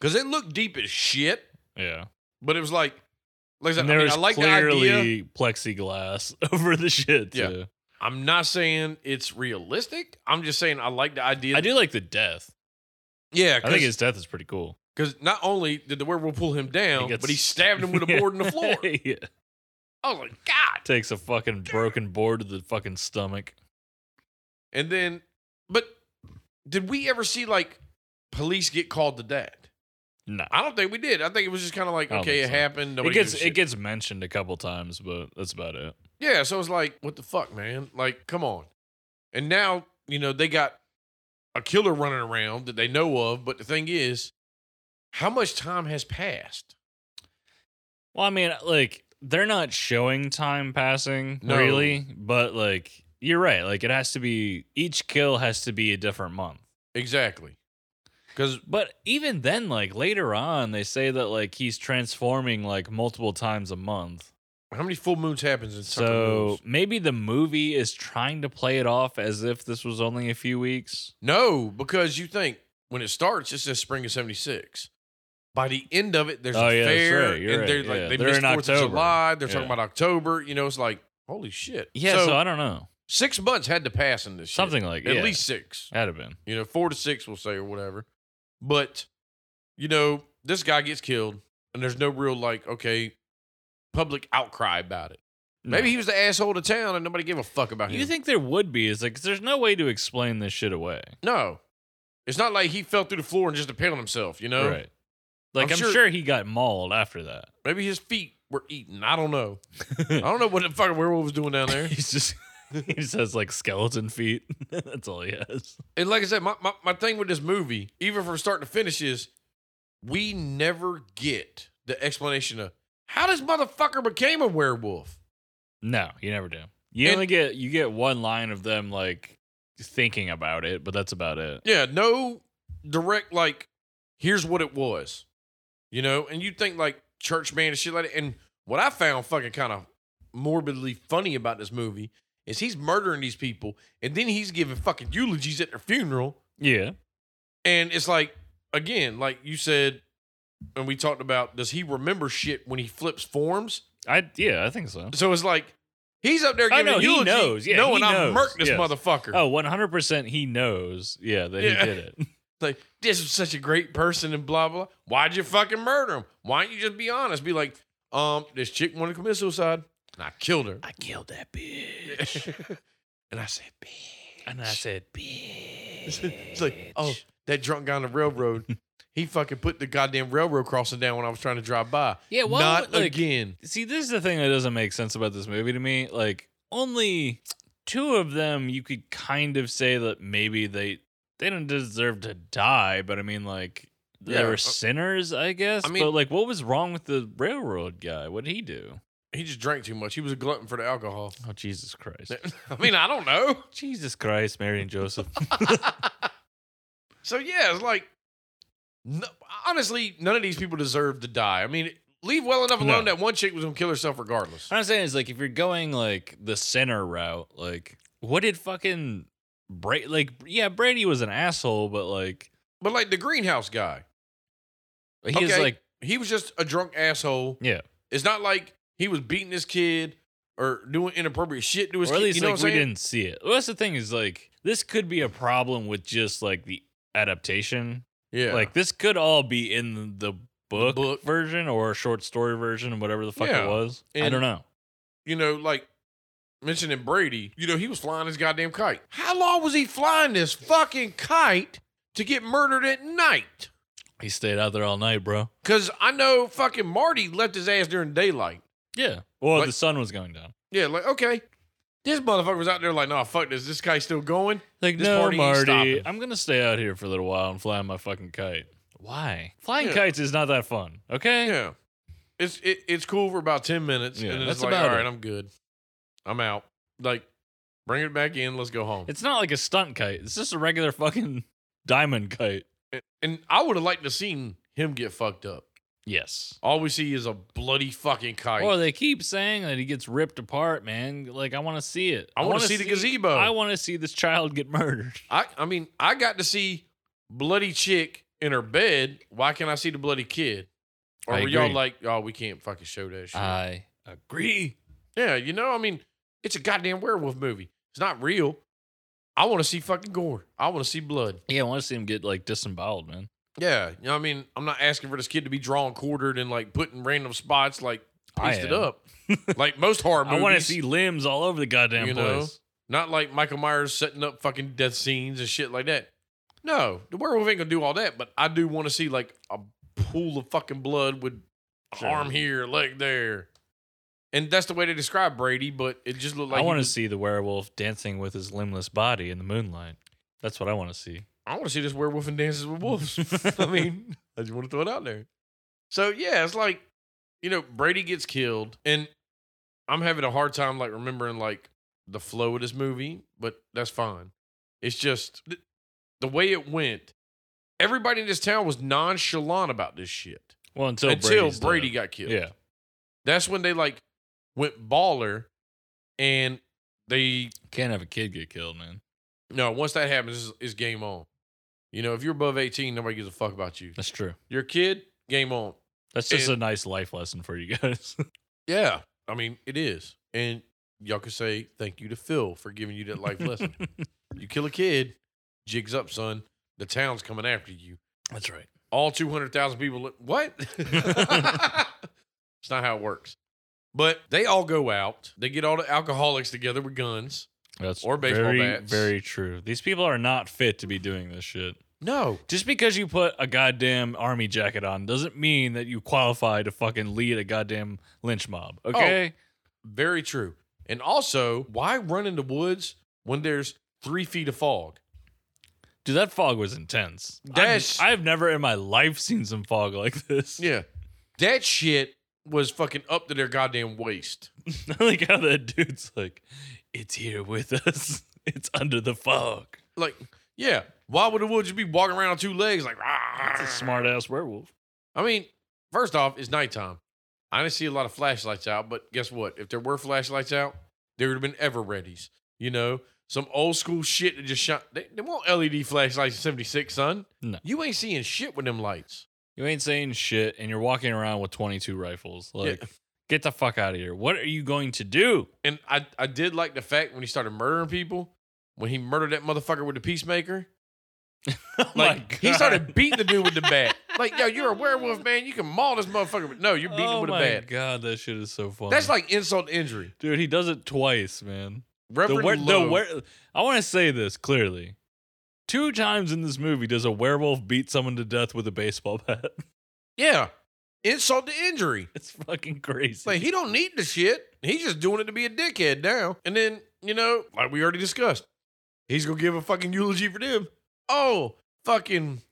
[SPEAKER 1] because it looked deep as shit.
[SPEAKER 2] Yeah.
[SPEAKER 1] But it was like, like I, said,
[SPEAKER 2] And
[SPEAKER 1] I, mean,
[SPEAKER 2] there's
[SPEAKER 1] I like
[SPEAKER 2] clearly
[SPEAKER 1] the idea.
[SPEAKER 2] plexiglass <laughs> over the shit.
[SPEAKER 1] Yeah.
[SPEAKER 2] too.
[SPEAKER 1] I'm not saying it's realistic. I'm just saying I like the idea.
[SPEAKER 2] I do like the death.
[SPEAKER 1] Yeah,
[SPEAKER 2] I think his death is pretty cool.
[SPEAKER 1] because not only did the werewolf pull him
[SPEAKER 2] He
[SPEAKER 1] down,
[SPEAKER 2] gets-
[SPEAKER 1] but he stabbed him with a board in the <laughs>
[SPEAKER 2] <laughs>
[SPEAKER 1] floor.
[SPEAKER 2] yeah.
[SPEAKER 1] I was like, God.
[SPEAKER 2] Takes a fucking broken board to the fucking stomach.
[SPEAKER 1] And then, but did we ever see like police get called to that?
[SPEAKER 2] No.
[SPEAKER 1] I don't think we did. I think it was just kind of like,
[SPEAKER 2] I don't
[SPEAKER 1] okay,
[SPEAKER 2] think
[SPEAKER 1] it
[SPEAKER 2] so.
[SPEAKER 1] happened.
[SPEAKER 2] It
[SPEAKER 1] Nobody
[SPEAKER 2] gets
[SPEAKER 1] gives a
[SPEAKER 2] it
[SPEAKER 1] shit.
[SPEAKER 2] gets mentioned a couple times, but that's about it.
[SPEAKER 1] yeah. So it's like, what the fuck, man? Like, come on. And now you know they got a killer running around that they know of. But the thing is, how much time has passed?
[SPEAKER 2] Well, I mean, like they're not showing time passing
[SPEAKER 1] No.
[SPEAKER 2] really, but like you're right. Like it has to be each kill has to be a different month.
[SPEAKER 1] Exactly. Because
[SPEAKER 2] But even then, like later on, they say that like he's transforming like multiple times a month.
[SPEAKER 1] how many full moons happens in Tucker
[SPEAKER 2] So
[SPEAKER 1] Moons?
[SPEAKER 2] maybe the movie is trying to play it off as if this was only a few weeks.
[SPEAKER 1] No, because you think when it starts, it says spring of '76. By the end of it, there's
[SPEAKER 2] Oh,
[SPEAKER 1] a
[SPEAKER 2] yeah, that's
[SPEAKER 1] fair,
[SPEAKER 2] right. You're
[SPEAKER 1] and
[SPEAKER 2] right.
[SPEAKER 1] they're like
[SPEAKER 2] Yeah.
[SPEAKER 1] they
[SPEAKER 2] They're
[SPEAKER 1] missed
[SPEAKER 2] in
[SPEAKER 1] Fourth of
[SPEAKER 2] October.
[SPEAKER 1] July. They're talking
[SPEAKER 2] Yeah.
[SPEAKER 1] about October. You know, it's like holy shit.
[SPEAKER 2] Yeah, so, I don't know.
[SPEAKER 1] six months had to pass in this. shit.
[SPEAKER 2] Something like
[SPEAKER 1] at
[SPEAKER 2] yeah,
[SPEAKER 1] least six.
[SPEAKER 2] that'd have been.
[SPEAKER 1] You know, four to six, we'll say, or whatever. But you know, this guy gets killed, and there's no real like okay, public outcry about it.
[SPEAKER 2] No.
[SPEAKER 1] Maybe he was the asshole to town, and nobody gave a fuck about him.
[SPEAKER 2] you think there would be. It's like 'cause there's no way to explain this shit away.
[SPEAKER 1] No, it's not like he fell through the floor and just appeared on himself. You know,
[SPEAKER 2] Right. Like
[SPEAKER 1] I'm
[SPEAKER 2] I'm,
[SPEAKER 1] sure-
[SPEAKER 2] sure, he got mauled after that. <laughs>
[SPEAKER 1] Maybe his feet were eaten. I don't know. I don't know what the fucking werewolf was doing down
[SPEAKER 2] <laughs>
[SPEAKER 1] there.
[SPEAKER 2] He's just he just has like skeleton feet. <laughs> That's all he has.
[SPEAKER 1] And like I said, my, my, my thing with this movie, even from start to finish, is we never get the explanation of how this motherfucker became a werewolf.
[SPEAKER 2] No, you never do. You
[SPEAKER 1] And-
[SPEAKER 2] only get you get one line of them like thinking about it, but that's about it.
[SPEAKER 1] Yeah, no direct like, here's what it was. You know, and you think like church man and shit like that. And what I found fucking kind of morbidly funny about this movie is he's murdering these people and then he's giving fucking eulogies at their funeral.
[SPEAKER 2] Yeah.
[SPEAKER 1] And it's like, again, like you said, and we talked about, does he remember shit when he flips forms?
[SPEAKER 2] I yeah, I think so.
[SPEAKER 1] So it's like, he's up there
[SPEAKER 2] I
[SPEAKER 1] giving
[SPEAKER 2] know,
[SPEAKER 1] a
[SPEAKER 2] he
[SPEAKER 1] eulogy,
[SPEAKER 2] knows. Yeah,
[SPEAKER 1] knowing
[SPEAKER 2] he
[SPEAKER 1] I
[SPEAKER 2] knows.
[SPEAKER 1] murked this
[SPEAKER 2] Yes.
[SPEAKER 1] motherfucker.
[SPEAKER 2] Oh, 100% he knows, yeah, that
[SPEAKER 1] Yeah.
[SPEAKER 2] he did it.
[SPEAKER 1] Like, this is such a great person and blah, blah. Why'd you fucking murder him? Why don't you just be honest? Be like, um, this chick wanted to commit suicide and I killed her.
[SPEAKER 2] I killed that
[SPEAKER 1] and I said, bitch.
[SPEAKER 2] and I said,
[SPEAKER 1] it's like,
[SPEAKER 2] <laughs>
[SPEAKER 1] oh, that drunk guy on the railroad, he fucking put the goddamn railroad crossing down when I was trying to drive by.
[SPEAKER 2] Yeah, why
[SPEAKER 1] Not
[SPEAKER 2] would, like-
[SPEAKER 1] again.
[SPEAKER 2] See, this is the thing that doesn't make sense about this movie to me. Like, only two of them you could kind of say that maybe they they didn't deserve to die, but I mean, like, they
[SPEAKER 1] Yeah, uh,
[SPEAKER 2] were sinners, I guess.
[SPEAKER 1] I mean-
[SPEAKER 2] but like, what was wrong with the railroad guy? What did he do?
[SPEAKER 1] He just drank too much. He was a glutton for the alcohol.
[SPEAKER 2] Oh, Jesus Christ!
[SPEAKER 1] I mean, I don't know.
[SPEAKER 2] <laughs> Jesus Christ, Mary
[SPEAKER 1] <laughs>
[SPEAKER 2] and Joseph.
[SPEAKER 1] so yeah, it's like no, honestly, none of these people deserve to die. I mean, leave well enough alone
[SPEAKER 2] No.
[SPEAKER 1] that one chick was gonna kill herself regardless.
[SPEAKER 2] What I'm saying is like if you're going like the center route, like what did fucking Brady like yeah, Brady was an asshole, but like
[SPEAKER 1] But like the greenhouse guy,
[SPEAKER 2] he's
[SPEAKER 1] Okay.
[SPEAKER 2] like
[SPEAKER 1] he was just a drunk asshole.
[SPEAKER 2] yeah.
[SPEAKER 1] It's not like he was beating his kid or doing inappropriate shit to his
[SPEAKER 2] or at
[SPEAKER 1] kid.
[SPEAKER 2] least
[SPEAKER 1] you know
[SPEAKER 2] like
[SPEAKER 1] what
[SPEAKER 2] we
[SPEAKER 1] I'm saying?
[SPEAKER 2] didn't see it. Well, that's the thing is like this could be a problem with just like the adaptation.
[SPEAKER 1] Yeah,
[SPEAKER 2] Like this could all be in the book,
[SPEAKER 1] book.
[SPEAKER 2] version or short story version, whatever the fuck
[SPEAKER 1] Yeah.
[SPEAKER 2] it was. I
[SPEAKER 1] And-
[SPEAKER 2] don't know.
[SPEAKER 1] you know, like mentioning Brady, you know, he was flying his goddamn kite. How long was he flying this fucking kite to get murdered at night?
[SPEAKER 2] He stayed out there all night, bro.
[SPEAKER 1] Because I know fucking Marty left his ass during daylight.
[SPEAKER 2] Yeah. Well,
[SPEAKER 1] Like-
[SPEAKER 2] the sun was going down.
[SPEAKER 1] Yeah, like, okay. This motherfucker was out there like, nah, fuck this. This guy's still going.
[SPEAKER 2] Like,
[SPEAKER 1] This
[SPEAKER 2] no,
[SPEAKER 1] party ain't stopping."
[SPEAKER 2] Marty, I'm gonna stay out here for a little while and fly my fucking kite. Why? Flying
[SPEAKER 1] Yeah.
[SPEAKER 2] kites is not that fun. Okay.
[SPEAKER 1] Yeah. It's it, it's cool for about 10 minutes.
[SPEAKER 2] Eh. Yeah,
[SPEAKER 1] and then
[SPEAKER 2] that's
[SPEAKER 1] it's like,
[SPEAKER 2] about
[SPEAKER 1] all right,
[SPEAKER 2] it.
[SPEAKER 1] I'm good. I'm out. Like, bring it back in. Let's go home.
[SPEAKER 2] It's not like a stunt kite. It's just a regular fucking <laughs> diamond kite.
[SPEAKER 1] and I would have liked to seen him get fucked up.
[SPEAKER 2] Yes.
[SPEAKER 1] All we see is a bloody fucking kite.
[SPEAKER 2] Or they keep saying that he gets ripped apart, man. Like I want to see it.
[SPEAKER 1] I wanna
[SPEAKER 2] wanna
[SPEAKER 1] see the gazebo.
[SPEAKER 2] I want to see this child get murdered.
[SPEAKER 1] I I mean, I got to see bloody chick in her bed. Why can't I see the bloody kid? Or
[SPEAKER 2] I
[SPEAKER 1] were y'all
[SPEAKER 2] agree. Uh,
[SPEAKER 1] like, oh, we can't fucking show that shit?
[SPEAKER 2] I agree.
[SPEAKER 1] yeah, you know, I mean, it's a goddamn werewolf movie. It's not real. I want to see fucking gore. I want to see blood.
[SPEAKER 2] Yeah, I want to see him get like disemboweled, man.
[SPEAKER 1] Yeah, you know, what I mean, I'm not asking for this kid to be drawn, quartered, and like put in random spots, like
[SPEAKER 2] I
[SPEAKER 1] pasted
[SPEAKER 2] am.
[SPEAKER 1] up,
[SPEAKER 2] <laughs>
[SPEAKER 1] like most horror
[SPEAKER 2] I
[SPEAKER 1] movies.
[SPEAKER 2] want to see limbs all over the goddamn
[SPEAKER 1] You know?
[SPEAKER 2] place.
[SPEAKER 1] Not like Michael Myers setting up fucking death scenes and shit like that. No, the werewolf ain't gonna do all that, but I do want to see like a pool of fucking blood with
[SPEAKER 2] Sure.
[SPEAKER 1] arm here, leg there. And that's the way they describe Brady, but it just looked like
[SPEAKER 2] I
[SPEAKER 1] he
[SPEAKER 2] want to
[SPEAKER 1] was-
[SPEAKER 2] see the werewolf dancing with his limbless body in the moonlight. That's what I want to see.
[SPEAKER 1] I want to see this werewolf and dances with <laughs> wolves. I mean, I just want to throw it out there. So yeah, it's like, you know, Brady gets killed, and I'm having a hard time like remembering like the flow of this movie, but that's fine. It's just th- the way it went. Everybody in this town was nonchalant about this shit
[SPEAKER 2] Well, until
[SPEAKER 1] until
[SPEAKER 2] Brady's
[SPEAKER 1] Brady
[SPEAKER 2] dead.
[SPEAKER 1] got killed.
[SPEAKER 2] yeah.
[SPEAKER 1] that's when they like went baller, and they
[SPEAKER 2] Can't have a kid get killed, man.
[SPEAKER 1] no once that happens, it's, it's game on. You know, if you're above 18, nobody gives a fuck about
[SPEAKER 2] <laughs>
[SPEAKER 1] you.
[SPEAKER 2] That's true.
[SPEAKER 1] Your kid, game on.
[SPEAKER 2] That's just
[SPEAKER 1] And-
[SPEAKER 2] a nice life lesson for you guys. <laughs>
[SPEAKER 1] Yeah. I mean, it is. And y'all could say thank you to Phil for giving you that life lesson. you kill a kid, jigs up, son. The town's coming after you.
[SPEAKER 2] That's right.
[SPEAKER 1] All 200,000 people. Look, what? <laughs> it's not how it works. But they all go out. They get all the alcoholics together with guns.
[SPEAKER 2] That's
[SPEAKER 1] Or baseball
[SPEAKER 2] very,
[SPEAKER 1] bats.
[SPEAKER 2] Very true. These people are not fit to be doing this shit.
[SPEAKER 1] No.
[SPEAKER 2] Just because you put a goddamn army jacket on doesn't mean that you qualify to fucking lead a goddamn lynch mob. Okay?
[SPEAKER 1] Very true. And also, why run in the woods when there's three feet of fog?
[SPEAKER 2] Dude, that fog was intense. I've-
[SPEAKER 1] That's-
[SPEAKER 2] I've, never in my life seen some fog like <laughs> this.
[SPEAKER 1] Yeah. That shit was fucking up to their goddamn waist.
[SPEAKER 2] I like how that dude's like, it's here with us. <laughs> It's under the fog.
[SPEAKER 1] Like, yeah. Why would a wood just be walking around on two legs? Like, "Rah."
[SPEAKER 2] It's a smart ass werewolf.
[SPEAKER 1] I mean, first off, it's nighttime. I didn't see a lot of flashlights out, but guess what? If there were flashlights out, there would have been ever readies. You know, some old school shit that just shot. They, they want LED flashlights in 76, son.
[SPEAKER 2] No.
[SPEAKER 1] You ain't seeing shit with them lights.
[SPEAKER 2] You ain't saying shit and you're walking around with 22 rifles. Like, get the fuck out of here. What are you going to do?
[SPEAKER 1] And I, I did like the fact when he started murdering people, when he murdered that motherfucker with the peacemaker,
[SPEAKER 2] <laughs> Oh my
[SPEAKER 1] Like he
[SPEAKER 2] <laughs> God.
[SPEAKER 1] started beating the dude with the
[SPEAKER 2] <laughs>
[SPEAKER 1] bat. Like, yo, you're a werewolf, man. You can maul this motherfucker, but no, you're beating
[SPEAKER 2] oh
[SPEAKER 1] him with a
[SPEAKER 2] my
[SPEAKER 1] bat.
[SPEAKER 2] god, that shit is so funny.
[SPEAKER 1] That's like insult to injury.
[SPEAKER 2] dude, he does it twice, man. The
[SPEAKER 1] Reverend
[SPEAKER 2] were, the
[SPEAKER 1] Lowe-
[SPEAKER 2] were, I want to say this clearly. Two times in this movie does a werewolf beat someone to death with a baseball <laughs> bat.
[SPEAKER 1] yeah, insult to injury.
[SPEAKER 2] It's fucking crazy.
[SPEAKER 1] It's like he don't need the shit. He's just doing it to be a dickhead now. And then you know, like we already discussed, he's gonna give a fucking eulogy for them. Oh, fucking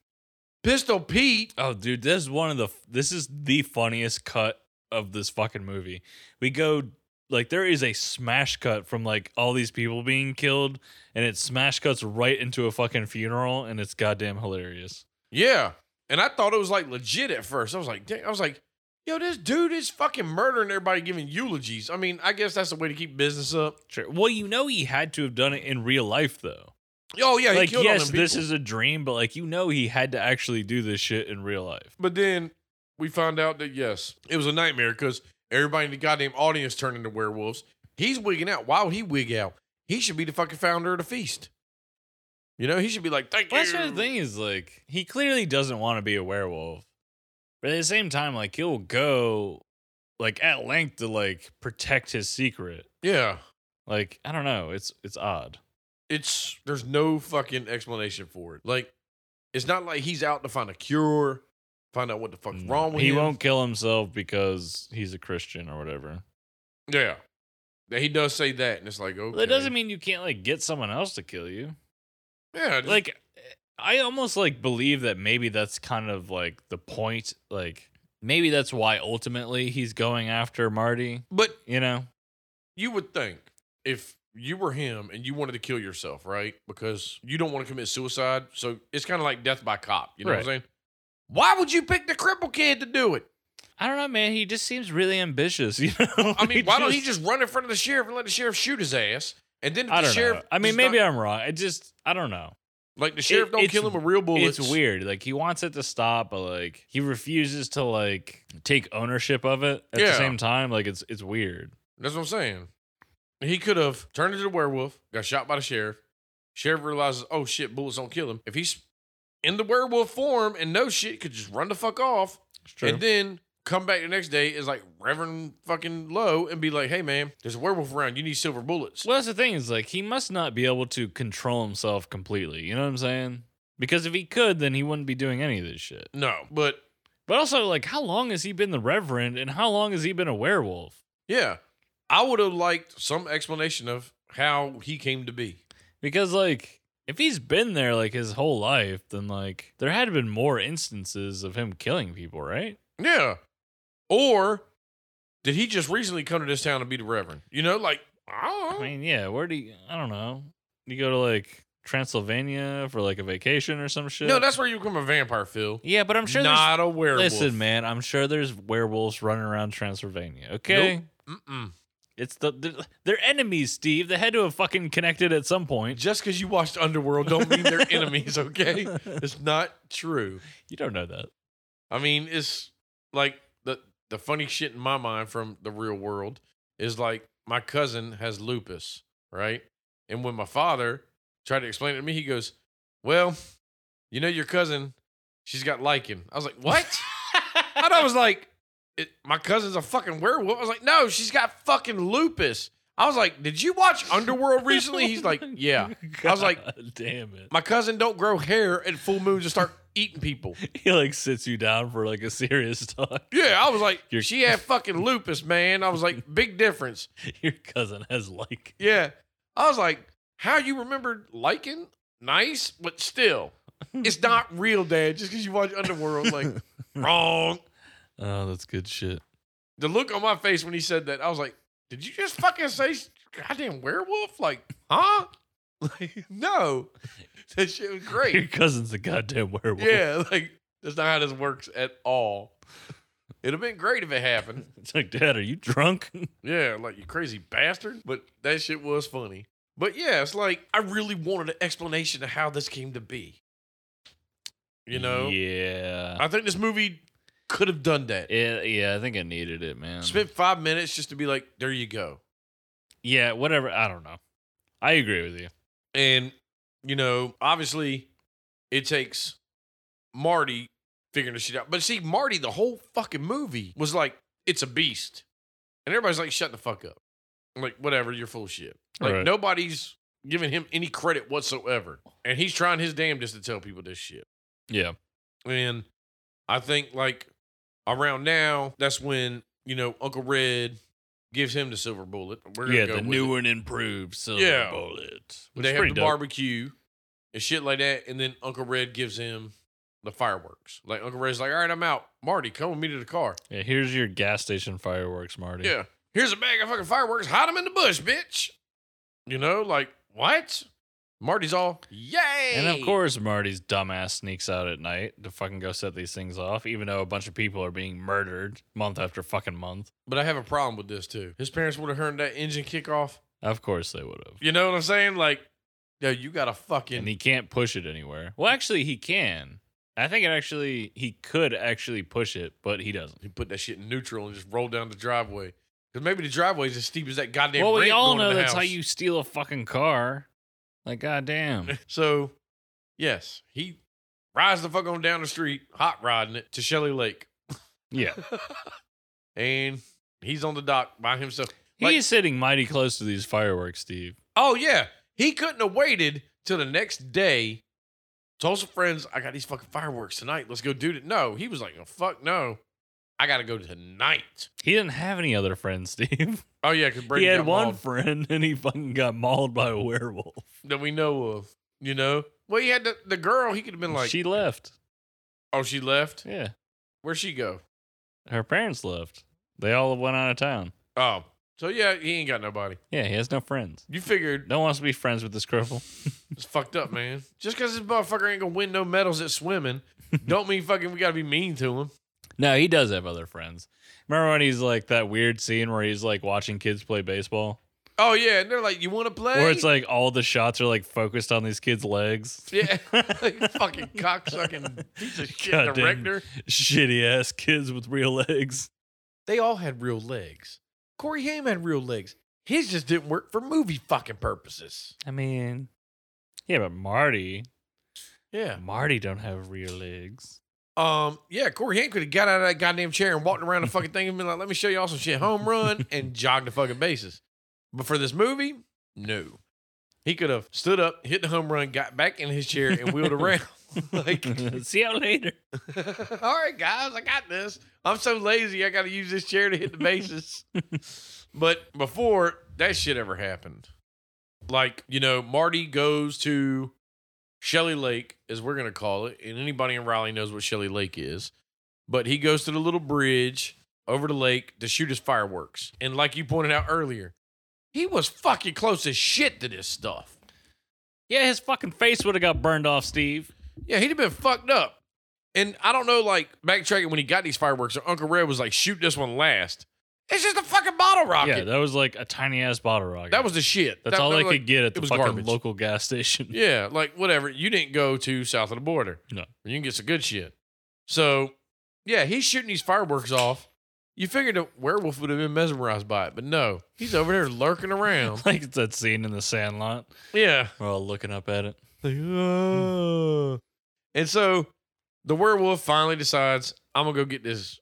[SPEAKER 1] Pistol Pete.
[SPEAKER 2] Oh, dude, this is one of the this is the funniest cut of this fucking movie. We go like there is a smash cut from like all these people being killed, and it smash cuts right into a fucking funeral, and it's goddamn hilarious.
[SPEAKER 1] Yeah, and I thought it was like legit at first. I was like, dang, I was like. Yo, this dude is fucking murdering everybody, giving eulogies. I mean, I guess that's the way to keep business up.
[SPEAKER 2] Sure. Well, you know he had to have done it in real life though.
[SPEAKER 1] Oh yeah, he
[SPEAKER 2] like
[SPEAKER 1] killed all
[SPEAKER 2] yes,
[SPEAKER 1] them people.
[SPEAKER 2] this is a dream, but like you know he had to actually do this shit in real life.
[SPEAKER 1] But then we found out that yes, it was a nightmare because everybody in the goddamn audience turned into werewolves. He's wigging out. Why would he wig out? He should be the fucking founder of the feast. You know, he should be like, thank
[SPEAKER 2] Well,
[SPEAKER 1] you.
[SPEAKER 2] that's the thing is like he clearly doesn't want to be a werewolf, but at the same time, like he'll go like at length to like protect his secret.
[SPEAKER 1] Yeah,
[SPEAKER 2] Like I don't know, it's it's odd.
[SPEAKER 1] it's there's no fucking explanation for it. Like, it's not like he's out to find a cure, find out what the fuck's wrong with
[SPEAKER 2] Mm. he
[SPEAKER 1] him.
[SPEAKER 2] won't kill himself because he's a Christian or whatever.
[SPEAKER 1] Yeah, Now, he does say that, and it's like, okay,
[SPEAKER 2] But that doesn't mean you can't like get someone else to kill you.
[SPEAKER 1] yeah, just-
[SPEAKER 2] Like I almost like believe that maybe that's kind of like the point. Like maybe that's why ultimately he's going after Marty.
[SPEAKER 1] but
[SPEAKER 2] You know?
[SPEAKER 1] you would think if you were him and you wanted to kill yourself, right? Because you don't want to commit suicide. So it's kind of like death by cop. You know what I'm
[SPEAKER 2] Right.
[SPEAKER 1] saying? Why would you pick the cripple kid to do it?
[SPEAKER 2] I don't know, man. He just seems really ambitious. <laughs> You know,
[SPEAKER 1] I mean, why don't he just run in front of the sheriff and let the sheriff shoot his ass? And then if
[SPEAKER 2] I
[SPEAKER 1] the
[SPEAKER 2] don't
[SPEAKER 1] sheriff.
[SPEAKER 2] know. I mean,
[SPEAKER 1] does
[SPEAKER 2] maybe
[SPEAKER 1] not-
[SPEAKER 2] I'm wrong. I just I don't know.
[SPEAKER 1] like the sheriff
[SPEAKER 2] it-
[SPEAKER 1] don't
[SPEAKER 2] it's-
[SPEAKER 1] kill him with real bullets.
[SPEAKER 2] It's weird. Like he wants it to stop, but like he refuses to like take ownership of it at
[SPEAKER 1] Yeah.
[SPEAKER 2] the same time. Like it's it's weird.
[SPEAKER 1] That's what I'm saying. He could have turned into a werewolf, got shot by the sheriff. Sheriff realizes, oh shit, bullets don't kill him. If he's in the werewolf form and no shit, could just run the fuck off
[SPEAKER 2] It's true.
[SPEAKER 1] and then come back the next day is like Reverend fucking Low and be like, hey man, there's a werewolf around. You need silver bullets.
[SPEAKER 2] well, that's the thing is like he must not be able to control himself completely. You know what I'm saying? Because if he could, then he wouldn't be doing any of this shit.
[SPEAKER 1] No, but
[SPEAKER 2] But also, like, how long has he been the Reverend, and how long has he been a werewolf?
[SPEAKER 1] yeah, I would have liked some explanation of how he came to be.
[SPEAKER 2] Because like if he's been there like his whole life, then like there had been more instances of him killing people, right?
[SPEAKER 1] Yeah. Or did he just recently come to this town to be the Reverend? You know, like, I don't know.
[SPEAKER 2] I mean, yeah, where do you I don't know. You go to like Transylvania for like a vacation or some shit.
[SPEAKER 1] No, that's where you become a vampire, Phil.
[SPEAKER 2] Yeah, but I'm sure
[SPEAKER 1] not a
[SPEAKER 2] there's
[SPEAKER 1] werewolf.
[SPEAKER 2] Listen, man, I'm sure there's werewolves running around Transylvania. Okay?
[SPEAKER 1] Mm-mm.
[SPEAKER 2] It's the they're, they're enemies, Steve. They had to have fucking connected at
[SPEAKER 1] <laughs>
[SPEAKER 2] some point.
[SPEAKER 1] Just because you watched Underworld don't mean
[SPEAKER 2] <laughs>
[SPEAKER 1] they're enemies, okay? It's not true.
[SPEAKER 2] You don't know that.
[SPEAKER 1] I mean, it's like the the funny shit in my mind from the real world is like my cousin has lupus, right? And when my father tried to explain it to me, he goes, "Well, you know your cousin, she's got lichen." I was like, "What?" And I was like, it, my cousin's a fucking werewolf. I was like, no, she's got fucking lupus. I was like, did you watch Underworld recently? He's
[SPEAKER 2] <laughs>
[SPEAKER 1] like, yeah. I was like-
[SPEAKER 2] God damn it.
[SPEAKER 1] My cousin don't grow hair at full moon to start eating people.
[SPEAKER 2] He like sits you down for like a serious <laughs> talk.
[SPEAKER 1] Yeah, I was like,
[SPEAKER 2] Your-
[SPEAKER 1] she had fucking lupus, man. I was
[SPEAKER 2] <laughs>
[SPEAKER 1] like, big difference.
[SPEAKER 2] Your cousin has like
[SPEAKER 1] Yeah. I was like, how you remembered liking? Nice, but still,
[SPEAKER 2] <laughs>
[SPEAKER 1] it's not real, Dad. Just because you watch Underworld, like, wrong.
[SPEAKER 2] Oh, that's good
[SPEAKER 1] <laughs>
[SPEAKER 2] shit.
[SPEAKER 1] the look on my face when he said that, I was like, "Did you just fucking say s- goddamn werewolf?" Like, huh? Like, no, <laughs> that shit was
[SPEAKER 2] Your
[SPEAKER 1] great.
[SPEAKER 2] cousin's a goddamn werewolf.
[SPEAKER 1] yeah, like that's not how this works at all. It'd have been great if it happened.
[SPEAKER 2] <laughs> It's like, Dad, are you drunk? <laughs>
[SPEAKER 1] Yeah, like you crazy bastard. But that shit was funny. But yeah, it's like I really wanted an explanation of how this came to be. You know,
[SPEAKER 2] Yeah.
[SPEAKER 1] I think this movie could have done that.
[SPEAKER 2] Yeah, yeah, I think I needed it, man.
[SPEAKER 1] Spent five minutes just to be like, "There you go."
[SPEAKER 2] yeah, whatever. I don't know. I agree with you.
[SPEAKER 1] And, you know, obviously it takes Marty figuring this shit out. But see, Marty, the whole fucking movie was like, it's a beast. And everybody's like, shut the fuck up. I'm like, whatever, you're full of shit. Like,
[SPEAKER 2] Right.
[SPEAKER 1] nobody's giving him any credit whatsoever. And he's trying his damnedest to tell people this shit.
[SPEAKER 2] Yeah.
[SPEAKER 1] And I think, like, around now, that's when, you know, Uncle Red gives him the silver bullet. We're gonna
[SPEAKER 2] yeah,
[SPEAKER 1] go
[SPEAKER 2] the
[SPEAKER 1] with
[SPEAKER 2] new
[SPEAKER 1] it
[SPEAKER 2] and improved silver
[SPEAKER 1] Yeah.
[SPEAKER 2] bullet. Which
[SPEAKER 1] they have
[SPEAKER 2] is
[SPEAKER 1] the
[SPEAKER 2] pretty dope.
[SPEAKER 1] barbecue and shit like that. And then Uncle Red gives him the fireworks. Like Uncle Red's like, all right, I'm out. Marty, come with me to the car.
[SPEAKER 2] Yeah, here's your gas station fireworks, Marty.
[SPEAKER 1] Yeah. Here's a bag of fucking fireworks. Hide them in the bush, bitch. You know, like, what? Marty's all, yay.
[SPEAKER 2] And of course, Marty's dumbass sneaks out at night to fucking go set these things off, even though a bunch of people are being murdered month after fucking month.
[SPEAKER 1] But I have a problem with this too. His parents would have heard that engine kick off.
[SPEAKER 2] Of course, they would have.
[SPEAKER 1] You know what I'm saying? Like, yo, you got a fucking.
[SPEAKER 2] and he can't push it anywhere. Well, actually, he can. I think it actually he could actually push it, but he doesn't.
[SPEAKER 1] he put that shit in neutral and just rolled down the driveway. Because maybe the driveway's as steep as that goddamn
[SPEAKER 2] well, we
[SPEAKER 1] ramp
[SPEAKER 2] all
[SPEAKER 1] going to
[SPEAKER 2] know
[SPEAKER 1] the
[SPEAKER 2] that's how
[SPEAKER 1] house.
[SPEAKER 2] you steal a fucking car.
[SPEAKER 1] <laughs>
[SPEAKER 2] Like, goddamn.
[SPEAKER 1] So, yes, he rides the fuck on down the street, hot riding it to Shelly Lake.
[SPEAKER 2] yeah,
[SPEAKER 1] and he's on the dock by himself.
[SPEAKER 2] he
[SPEAKER 1] Like-
[SPEAKER 2] is sitting mighty close to these fireworks, Steve.
[SPEAKER 1] Oh, yeah. He couldn't have waited till the next day. Told some friends, I got these fucking fireworks tonight. Let's go do it. No, he was like, oh, fuck no. I got to go tonight.
[SPEAKER 2] He didn't have any other friends, <laughs> Steve.
[SPEAKER 1] Oh, yeah, because Brady
[SPEAKER 2] he had
[SPEAKER 1] got
[SPEAKER 2] one
[SPEAKER 1] mauled
[SPEAKER 2] friend, <laughs> and he fucking got mauled by a werewolf.
[SPEAKER 1] that we know of, you know? Well, he had the, the girl. He could have been like,
[SPEAKER 2] she left.
[SPEAKER 1] oh, she left.
[SPEAKER 2] Yeah,
[SPEAKER 1] Where'd she go?
[SPEAKER 2] her parents left. They all went out of town.
[SPEAKER 1] Oh, so yeah, he ain't got nobody.
[SPEAKER 2] Yeah, he has no friends.
[SPEAKER 1] You figured
[SPEAKER 2] No one wants to be friends with this cripple.
[SPEAKER 1] It's fucked up, man. <laughs> Just because this motherfucker ain't gonna win no medals at swimming, don't mean fucking we gotta be mean to him.
[SPEAKER 2] No, he does have other friends. Remember when he's like that weird scene where he's like watching kids play baseball?
[SPEAKER 1] Oh yeah, and they're like, "You want to play?"
[SPEAKER 2] Where it's like all the shots are like focused on these kids' legs.
[SPEAKER 1] <laughs> yeah, like fucking cocksucking piece of shit
[SPEAKER 2] Goddamn
[SPEAKER 1] director.
[SPEAKER 2] Shitty ass kids with real legs.
[SPEAKER 1] They all had real legs. Corey Haim had real legs. His just didn't work for movie fucking purposes.
[SPEAKER 2] I mean, yeah, but Marty,
[SPEAKER 1] Yeah.
[SPEAKER 2] Marty don't have real legs.
[SPEAKER 1] Um. Yeah. Corey Haim could have got out of that goddamn chair and walked around the fucking thing and been like, "Let me show y'all some shit." Home run and jogged the fucking bases. But for this movie, no. He could have stood up, hit the home run, got back in his chair, and wheeled around. <laughs> like,
[SPEAKER 2] <laughs> See you later.
[SPEAKER 1] <laughs> all right, guys, I got this. I'm so lazy, I got to use this chair to hit the bases. but before that shit ever happened, like, you know, Marty goes to Shelly Lake, as we're going to call it. And anybody in Raleigh knows what Shelly Lake is. But he goes to the little bridge over the lake to shoot his fireworks. And like you pointed out earlier, he was fucking close as shit to this stuff.
[SPEAKER 2] Yeah, his fucking face would have got burned off, Steve.
[SPEAKER 1] Yeah, he'd have been fucked up. And I don't know, like backtracking when he got these fireworks, or Uncle Red was like, "Shoot this one last." It's just a fucking bottle rocket.
[SPEAKER 2] Yeah,
[SPEAKER 1] that,
[SPEAKER 2] that was like a tiny ass bottle rocket.
[SPEAKER 1] was the shit.
[SPEAKER 2] that's
[SPEAKER 1] That-
[SPEAKER 2] all
[SPEAKER 1] that
[SPEAKER 2] they
[SPEAKER 1] was, like-
[SPEAKER 2] could get at
[SPEAKER 1] it
[SPEAKER 2] the
[SPEAKER 1] was
[SPEAKER 2] fucking
[SPEAKER 1] garbage.
[SPEAKER 2] local gas station.
[SPEAKER 1] Yeah, like whatever. You didn't go to south of the border.
[SPEAKER 2] No.
[SPEAKER 1] you can get some good shit. So, yeah, he's shooting these fireworks off. You figured a werewolf would have been mesmerized by it, but no, he's over there lurking
[SPEAKER 2] <laughs>
[SPEAKER 1] around.
[SPEAKER 2] <laughs> Like it's that scene in the Sandlot.
[SPEAKER 1] yeah,
[SPEAKER 2] We're all looking up at it. Hmm.
[SPEAKER 1] Like, "Ah." and so the werewolf finally decides, "I'm gonna go get this."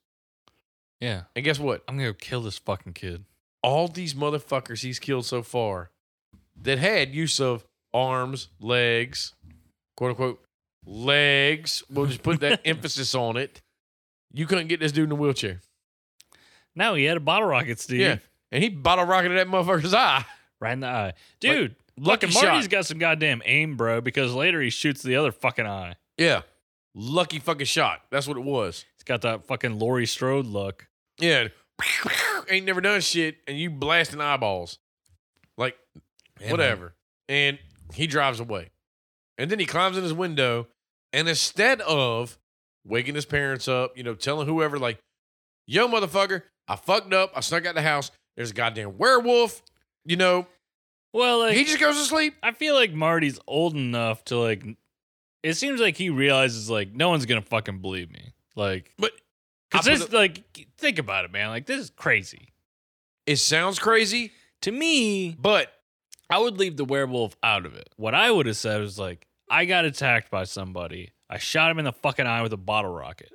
[SPEAKER 2] Yeah,
[SPEAKER 1] And guess what?
[SPEAKER 2] I'm gonna go kill this fucking kid.
[SPEAKER 1] all these motherfuckers he's killed so far that had use of arms, legs, quote unquote, legs. We'll just put that emphasis on it. You couldn't get this dude in a wheelchair.
[SPEAKER 2] No, he had a bottle rocket, Steve.
[SPEAKER 1] Yeah. And he bottle rocketed that motherfucker's eye.
[SPEAKER 2] Right in the eye. Dude,
[SPEAKER 1] lucky
[SPEAKER 2] fucking Marty's
[SPEAKER 1] shot.
[SPEAKER 2] got some goddamn aim, bro, because later he shoots the other fucking eye.
[SPEAKER 1] Yeah. Lucky fucking shot. That's what it was.
[SPEAKER 2] He's got that fucking Laurie Strode look.
[SPEAKER 1] Yeah. <laughs> Ain't never done shit and you blasting eyeballs. Like,
[SPEAKER 2] Yeah,
[SPEAKER 1] whatever. And he drives away. And then he climbs in his window. And instead of waking his parents up, you know, telling whoever, like, yo, motherfucker, I fucked up. I snuck out the house. There's a goddamn werewolf. You know,
[SPEAKER 2] Well, like
[SPEAKER 1] he just goes to sleep.
[SPEAKER 2] I feel like Marty's old enough to like. It seems like he realizes like no one's gonna fucking believe me. Like,
[SPEAKER 1] But
[SPEAKER 2] because
[SPEAKER 1] I put
[SPEAKER 2] this like think about it, man. Like this is crazy
[SPEAKER 1] It sounds crazy,
[SPEAKER 2] to me.
[SPEAKER 1] but
[SPEAKER 2] I would leave the werewolf out of it. What I would have said was like, I got attacked by somebody. I shot him in the fucking eye with a bottle rocket.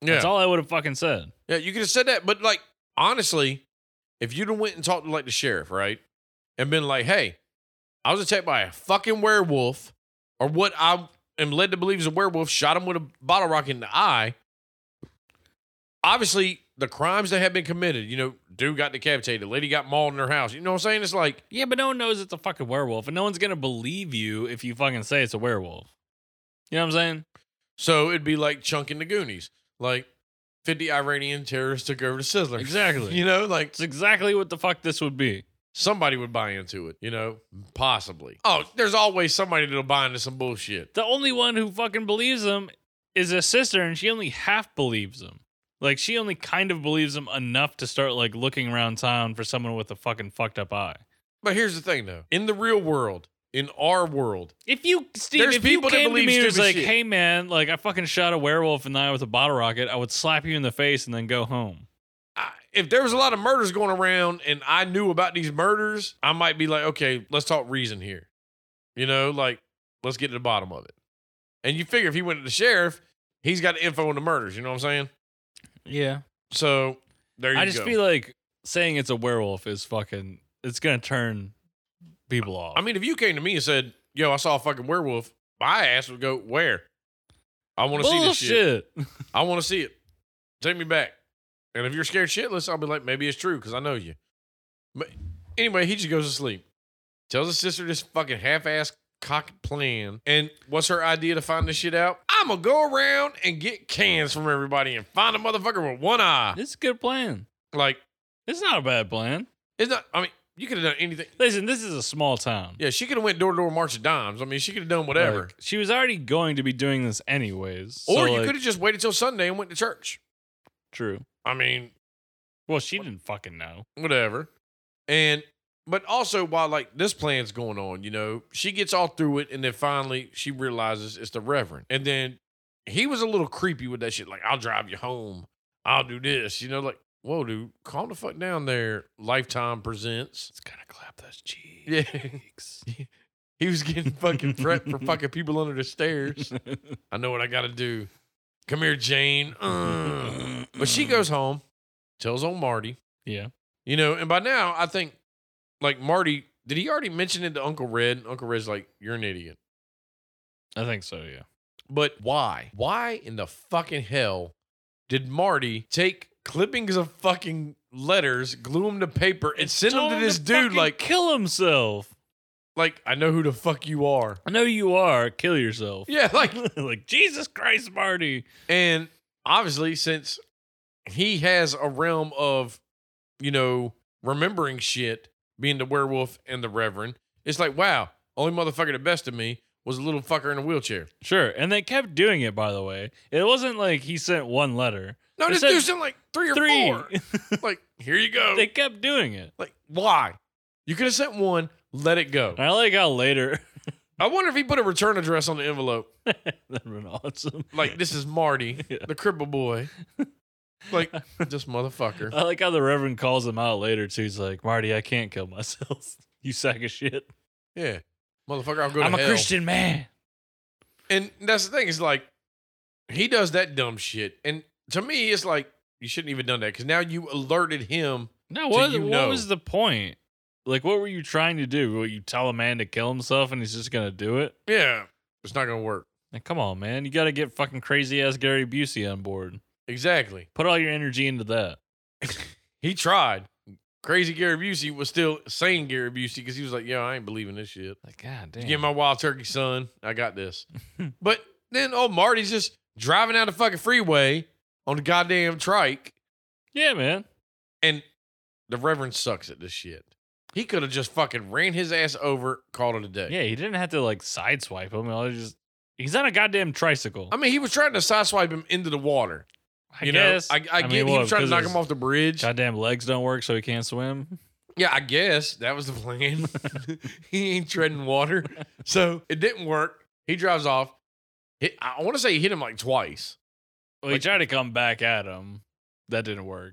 [SPEAKER 2] That's
[SPEAKER 1] yeah.
[SPEAKER 2] all I would have fucking said.
[SPEAKER 1] Yeah, you could have said that, but like honestly, if you'd have went and talked to like the sheriff, right, and been like, "Hey, I was attacked by a fucking werewolf, or what I am led to believe is a werewolf shot him with a bottle rocket in the eye." Obviously, the crimes that have been committed, you know, dude got decapitated, lady got mauled in her house. You know what I'm saying? It's like,
[SPEAKER 2] Yeah, but no one knows it's a fucking werewolf, and no one's gonna believe you if you fucking say it's a werewolf. You know what I'm saying?
[SPEAKER 1] so it'd be like chunking the Goonies, like 50 Iranian terrorists took over the Sizzler.
[SPEAKER 2] Exactly.
[SPEAKER 1] <laughs> You know, like
[SPEAKER 2] It's exactly what the fuck this would be.
[SPEAKER 1] somebody would buy into it, you know? Possibly. Oh, there's always somebody that'll buy into some bullshit.
[SPEAKER 2] the only one who fucking believes him is his sister, and she only half believes him. Like she only kind of believes him enough to start like looking around town for someone with a fucking fucked up eye.
[SPEAKER 1] But here's the thing though. In the real world, in our world,
[SPEAKER 2] If you Steve,
[SPEAKER 1] There's
[SPEAKER 2] if you
[SPEAKER 1] people that
[SPEAKER 2] came to
[SPEAKER 1] believe
[SPEAKER 2] me and was
[SPEAKER 1] stupid
[SPEAKER 2] like,
[SPEAKER 1] shit.
[SPEAKER 2] "Hey man, like I fucking shot a werewolf in the eye with a bottle rocket," I would slap you in the face and then go home.
[SPEAKER 1] I, if there was a lot of murders going around and I knew about these murders, I might be like, okay, let's talk reason here. You know, like, let's get to the bottom of it. And you figure if he went to the sheriff, he's got the info on the murders. You know what I'm saying?
[SPEAKER 2] Yeah,
[SPEAKER 1] So there you
[SPEAKER 2] I just
[SPEAKER 1] go.
[SPEAKER 2] feel like saying it's a werewolf is fucking. It's gonna turn people off.
[SPEAKER 1] I mean, if you came to me and said, yo, I saw a fucking werewolf, my ass would go, where? I want to see this shit.
[SPEAKER 2] bullshit.
[SPEAKER 1] I want to see it. Take me back. And if you're scared shitless, I'll be like, maybe it's true because I know you. But anyway, he just goes to sleep. Tells his sister this fucking half-ass cock plan. And what's her idea to find this shit out? I'm gonna go around and get cans from everybody and find a motherfucker with one eye.
[SPEAKER 2] It's a good plan.
[SPEAKER 1] Like,
[SPEAKER 2] It's not a bad plan.
[SPEAKER 1] it's not. I mean, you could have done anything.
[SPEAKER 2] Listen, this is a small town.
[SPEAKER 1] Yeah, she could have went door to door march of dimes. I mean, she could have done whatever.
[SPEAKER 2] Like, she was already going to be doing this anyways.
[SPEAKER 1] or
[SPEAKER 2] so,
[SPEAKER 1] you
[SPEAKER 2] like,
[SPEAKER 1] could have just waited till Sunday and went to church.
[SPEAKER 2] True.
[SPEAKER 1] I mean,
[SPEAKER 2] Well, she didn't fucking know.
[SPEAKER 1] whatever. And but also while like this plan's going on, you know, she gets all through it and then finally she realizes it's the Reverend. And then he was a little creepy with that shit, like, I'll drive you home. I'll do this. You know, like, whoa, dude, calm the fuck down there. Lifetime presents.
[SPEAKER 2] It's gonna clap those cheeks.
[SPEAKER 1] Yeah. He was getting fucking prepped for fucking people under the stairs. I know what I gotta do. Come here, Jane. Uh. <laughs> But she goes home, tells old Marty.
[SPEAKER 2] Yeah.
[SPEAKER 1] You know, and by now I think like Marty, did he already mention it to Uncle Red? Uncle Red's like, You're an idiot.
[SPEAKER 2] I think so. Yeah.
[SPEAKER 1] But why? Why in the fucking hell did Marty take clippings of fucking letters, glue them to paper, and send them
[SPEAKER 2] Told
[SPEAKER 1] to
[SPEAKER 2] him
[SPEAKER 1] this dude
[SPEAKER 2] fucking
[SPEAKER 1] like
[SPEAKER 2] kill himself.
[SPEAKER 1] like I know who the fuck you are.
[SPEAKER 2] I know you are. Kill yourself.
[SPEAKER 1] Yeah, like
[SPEAKER 2] <laughs> like Jesus Christ, Marty.
[SPEAKER 1] and obviously since he has a realm of, you know, remembering shit, being the werewolf and the reverend, it's like, wow, only motherfucker the best of me was a little fucker in a wheelchair.
[SPEAKER 2] Sure. And they kept doing it. By the way, it wasn't like he sent one letter.
[SPEAKER 1] No,
[SPEAKER 2] It
[SPEAKER 1] this
[SPEAKER 2] said
[SPEAKER 1] dude's in like three or
[SPEAKER 2] Three.
[SPEAKER 1] four. like, here you go.
[SPEAKER 2] <laughs> they kept doing it.
[SPEAKER 1] like, why? You could have sent one, let it go.
[SPEAKER 2] And I like how later <laughs>
[SPEAKER 1] I wonder if he put a return address on the envelope.
[SPEAKER 2] that'd been awesome.
[SPEAKER 1] Like, this is Marty,
[SPEAKER 2] <laughs> Yeah.
[SPEAKER 1] the cripple boy.
[SPEAKER 2] <laughs>
[SPEAKER 1] Like, this motherfucker.
[SPEAKER 2] I like how the Reverend calls him out later too. He's like, Marty, I can't kill myself. <laughs> You sack of shit.
[SPEAKER 1] Yeah. Motherfucker, I'll go to
[SPEAKER 2] I'm a
[SPEAKER 1] hell.
[SPEAKER 2] Christian man.
[SPEAKER 1] And that's the thing, is like, he does that dumb shit. And to me, it's like, you shouldn't even done that because now you alerted him.
[SPEAKER 2] No, what,
[SPEAKER 1] you
[SPEAKER 2] what
[SPEAKER 1] know.
[SPEAKER 2] was the point? Like, what were you trying to do? Will you tell a man to kill himself and he's just gonna do it?
[SPEAKER 1] Yeah, it's not going to work.
[SPEAKER 2] Like, come on, man. You gotta get fucking crazy ass Gary Busey on board.
[SPEAKER 1] Exactly.
[SPEAKER 2] Put all your energy into that.
[SPEAKER 1] he tried. Crazy Gary Busey was still sane Gary Busey because he was like, "Yo, I ain't believing this shit.
[SPEAKER 2] Like, god damn.
[SPEAKER 1] Get my wild turkey, son. I got this." but then old Marty's just driving down the fucking freeway on the goddamn trike,
[SPEAKER 2] yeah, man.
[SPEAKER 1] and the Reverend sucks at this shit. He could have just fucking ran his ass over, called it a day.
[SPEAKER 2] Yeah, he didn't have to like sideswipe him. All he just he's on a goddamn tricycle.
[SPEAKER 1] I mean, he was trying to sideswipe him into the water.
[SPEAKER 2] I
[SPEAKER 1] You know,
[SPEAKER 2] guess.
[SPEAKER 1] I, I, get he was trying to knock him
[SPEAKER 2] off.
[SPEAKER 1] off the bridge.
[SPEAKER 2] Goddamn legs don't work, so he can't swim.
[SPEAKER 1] Yeah, I guess that was the plan. <laughs> he ain't treading
[SPEAKER 2] <laughs>
[SPEAKER 1] water. So it didn't work. He drives off. Hit, I want to say he hit him like twice.
[SPEAKER 2] Well, he tried to come back at him. That didn't work.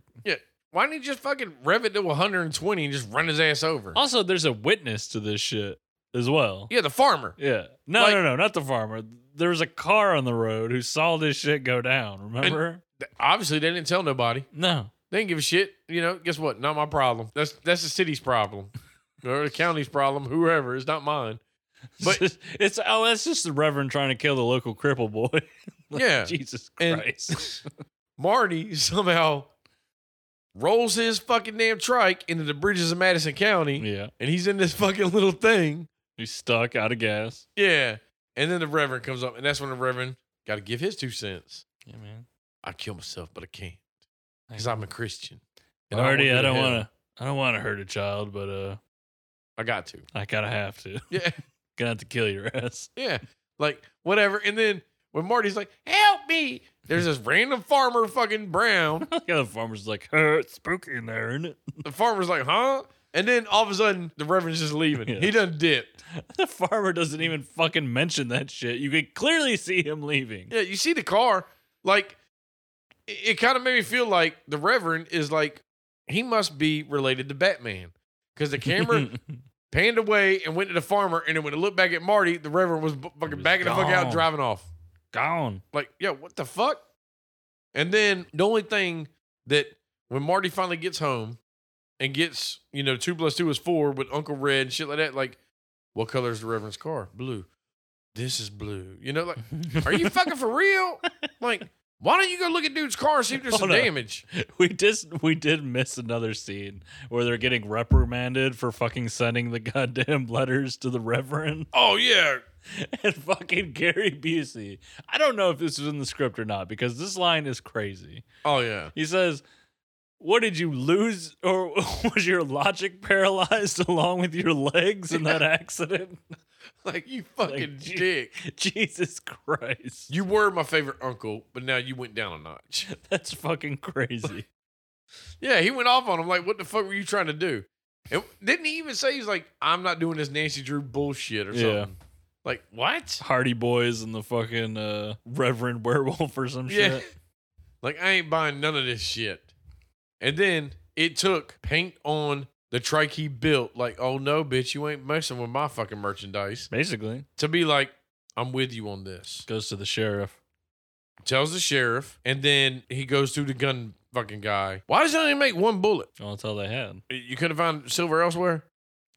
[SPEAKER 1] Why didn't he just fucking rev it to 120 and just run his ass over?
[SPEAKER 2] Also, there's a witness to this shit as well.
[SPEAKER 1] Yeah, the farmer.
[SPEAKER 2] Yeah. No,
[SPEAKER 1] Like-
[SPEAKER 2] no, no, not the farmer. There was a car on the road who saw this shit go down. Remember?
[SPEAKER 1] Th- Obviously, they didn't tell nobody.
[SPEAKER 2] no.
[SPEAKER 1] They didn't give a shit. You know, guess what? Not my problem. That's that's the city's
[SPEAKER 2] <laughs>
[SPEAKER 1] problem, or the county's problem. Whoever, it's not mine. But-
[SPEAKER 2] <laughs> it's, oh, that's just the reverend trying to kill the local cripple boy. <laughs> Like,
[SPEAKER 1] Yeah.
[SPEAKER 2] Jesus
[SPEAKER 1] And-
[SPEAKER 2] <laughs> Christ.
[SPEAKER 1] Marty <laughs> somehow rolls his fucking damn trike into the bridges of Madison County,
[SPEAKER 2] yeah.
[SPEAKER 1] and he's in this <laughs> fucking little thing.
[SPEAKER 2] He's stuck out of gas.
[SPEAKER 1] Yeah. And then the Reverend comes up, and that's when the Reverend got to give his two cents.
[SPEAKER 2] Yeah, man.
[SPEAKER 1] I kill myself, but I can't because I'm a Christian. and I don't
[SPEAKER 2] Marty,
[SPEAKER 1] wanna go
[SPEAKER 2] I
[SPEAKER 1] to
[SPEAKER 2] don't
[SPEAKER 1] hell.
[SPEAKER 2] want to. I don't want to hurt a child, but uh,
[SPEAKER 1] I got to. <laughs>
[SPEAKER 2] I gotta have to. <laughs>
[SPEAKER 1] Yeah.
[SPEAKER 2] Gonna have to kill your ass. <laughs>
[SPEAKER 1] Yeah. Like, whatever. And then when Marty's like, help me, there's this random farmer, fucking Brown.
[SPEAKER 2] Like how the farmer's like, "Huh, it's spooky in there, isn't it?
[SPEAKER 1] The farmer's like, huh? And then all of a sudden, the Reverend's just leaving.
[SPEAKER 2] <laughs> Yeah.
[SPEAKER 1] He done dip.
[SPEAKER 2] The farmer doesn't even fucking mention that shit. You could clearly see him leaving.
[SPEAKER 1] Yeah. You see the car. Like, it, it kind of made me feel like the Reverend is like, he must be related to Batman because the camera panned away and went to the farmer. And then when it looked back at Marty, the Reverend was bu- fucking
[SPEAKER 2] was
[SPEAKER 1] backing the fuck out, and
[SPEAKER 2] gone.
[SPEAKER 1] driving off.
[SPEAKER 2] <laughs> <laughs> Gone.
[SPEAKER 1] Like, yo, what the fuck? And then the only thing that when Marty finally gets home and gets, you know, two plus two is four with Uncle Red and shit like that, like, what color is the Reverend's car? Blue. This is blue. You know, like, are you fucking for real? <laughs> Like, why don't you go look at dude's car and see if there's some
[SPEAKER 2] Hold up.
[SPEAKER 1] damage?
[SPEAKER 2] we just we did miss another scene where they're getting reprimanded for fucking sending the goddamn letters to the Reverend <laughs>
[SPEAKER 1] Oh yeah.
[SPEAKER 2] and fucking Gary Busey. I don't know if this was in the script or not because this line is crazy.
[SPEAKER 1] Oh yeah.
[SPEAKER 2] He says, "What did you lose, <laughs> or was your logic paralyzed along with your legs in that accident?" <laughs>
[SPEAKER 1] like you fucking
[SPEAKER 2] gee.
[SPEAKER 1] dick.
[SPEAKER 2] Jesus Christ.
[SPEAKER 1] You were my favorite uncle, but now you went down a notch. <laughs>
[SPEAKER 2] <laughs> That's fucking crazy.
[SPEAKER 1] Yeah, he went off on him like, what the fuck were you trying to do? And didn't he even say he's like, I'm not doing this Nancy Drew bullshit or
[SPEAKER 2] Yeah.
[SPEAKER 1] something? Like, what?
[SPEAKER 2] <laughs> Hardy Boys and the fucking uh, Reverend Werewolf or some
[SPEAKER 1] Yeah.
[SPEAKER 2] shit. <laughs>
[SPEAKER 1] like, I ain't buying none of this shit. And then it took paint on the trike he built, like, oh no, bitch, you ain't messing with my fucking merchandise.
[SPEAKER 2] Basically,
[SPEAKER 1] To be like, I'm with you on this.
[SPEAKER 2] goes to the sheriff.
[SPEAKER 1] Tells the sheriff, and then he goes through the gun fucking guy. Why does he only make one bullet?
[SPEAKER 2] Well, That's all they had.
[SPEAKER 1] You could have found silver elsewhere?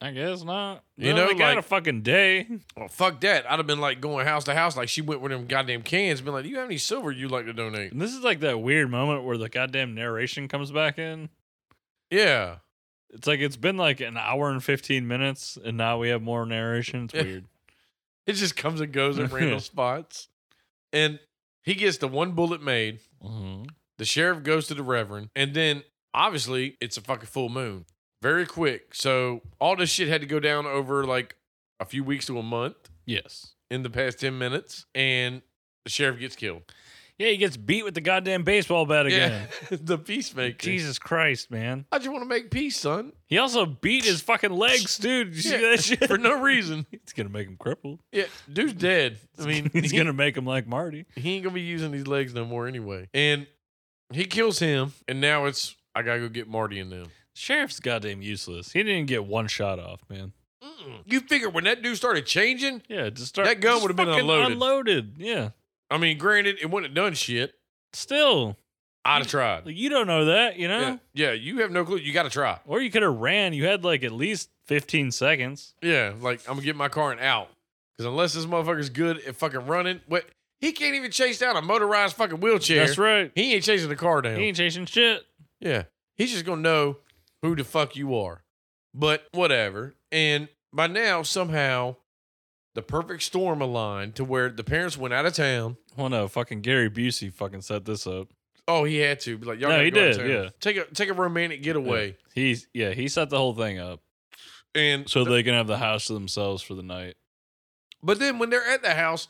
[SPEAKER 2] I guess not.
[SPEAKER 1] You
[SPEAKER 2] You
[SPEAKER 1] know,
[SPEAKER 2] know, they got
[SPEAKER 1] like-
[SPEAKER 2] a fucking <laughs> day.
[SPEAKER 1] Well, fuck that. I'd have been like going house to house, like she went with them goddamn cans, been like, Do you have any silver you'd like to donate?
[SPEAKER 2] And this is like that weird moment where the goddamn narration comes back in.
[SPEAKER 1] Yeah.
[SPEAKER 2] It's like it's been like an hour and 15 minutes, and now we have more narration. It's
[SPEAKER 1] Yeah.
[SPEAKER 2] weird.
[SPEAKER 1] It just comes and goes in random spots. And he gets the one bullet made.
[SPEAKER 2] Mhm.
[SPEAKER 1] The sheriff goes to the reverend. And then obviously it's a fucking full moon. Very quick. So all this shit had to go down over like a few weeks to a month
[SPEAKER 2] Yes.
[SPEAKER 1] in the past 10 minutes. And the sheriff gets killed.
[SPEAKER 2] Yeah, he gets beat with the goddamn baseball bat <laughs> again.
[SPEAKER 1] Yeah. <laughs> the peacemaker.
[SPEAKER 2] Jesus Christ, man.
[SPEAKER 1] I just want to make peace, son.
[SPEAKER 2] He also beat his fucking legs, dude. You
[SPEAKER 1] Yeah.
[SPEAKER 2] see that shit? <laughs>
[SPEAKER 1] For no reason.
[SPEAKER 2] It's gonna make him crippled.
[SPEAKER 1] Yeah, dude's dead. I mean,
[SPEAKER 2] <laughs> he's
[SPEAKER 1] he-
[SPEAKER 2] gonna make him like Marty.
[SPEAKER 1] he ain't gonna be using these legs no more anyway. And he kills him, and now it's I gotta go get Marty and them.
[SPEAKER 2] Sheriff's goddamn useless. He didn't get one shot off, man. Mm.
[SPEAKER 1] Mm-mm. You figure when that dude started changing,
[SPEAKER 2] Yeah, just start.
[SPEAKER 1] That gun
[SPEAKER 2] just
[SPEAKER 1] would've been
[SPEAKER 2] fucking
[SPEAKER 1] unloaded.
[SPEAKER 2] Unloaded. Yeah.
[SPEAKER 1] I mean, granted, it wouldn't have done shit.
[SPEAKER 2] Still,
[SPEAKER 1] I'd have tried.
[SPEAKER 2] like you don't know that, you know.
[SPEAKER 1] Yeah, yeah, you have no clue. You gotta try.
[SPEAKER 2] Or you could have ran. You had like at least 15 seconds.
[SPEAKER 1] Yeah, like I'm gonna get my car and out. Cause unless this motherfucker's good at fucking running, what he can't even chase down a motorized fucking wheelchair.
[SPEAKER 2] That's right.
[SPEAKER 1] He ain't chasing the car down.
[SPEAKER 2] He ain't chasing shit.
[SPEAKER 1] Yeah. He's just going to know who the fuck you are. But whatever. And by now, somehow, the perfect storm aligned to where the parents went out of town.
[SPEAKER 2] Well, no, fucking Gary Busey fucking set this up.
[SPEAKER 1] Oh, he had to. Be like, y'all
[SPEAKER 2] No,
[SPEAKER 1] gotta
[SPEAKER 2] he
[SPEAKER 1] go out of
[SPEAKER 2] did,
[SPEAKER 1] town.
[SPEAKER 2] yeah.
[SPEAKER 1] Take a take a romantic getaway.
[SPEAKER 2] He's yeah, he set the whole thing up
[SPEAKER 1] And
[SPEAKER 2] so they can have the house to themselves for the night.
[SPEAKER 1] but then when they're at the house,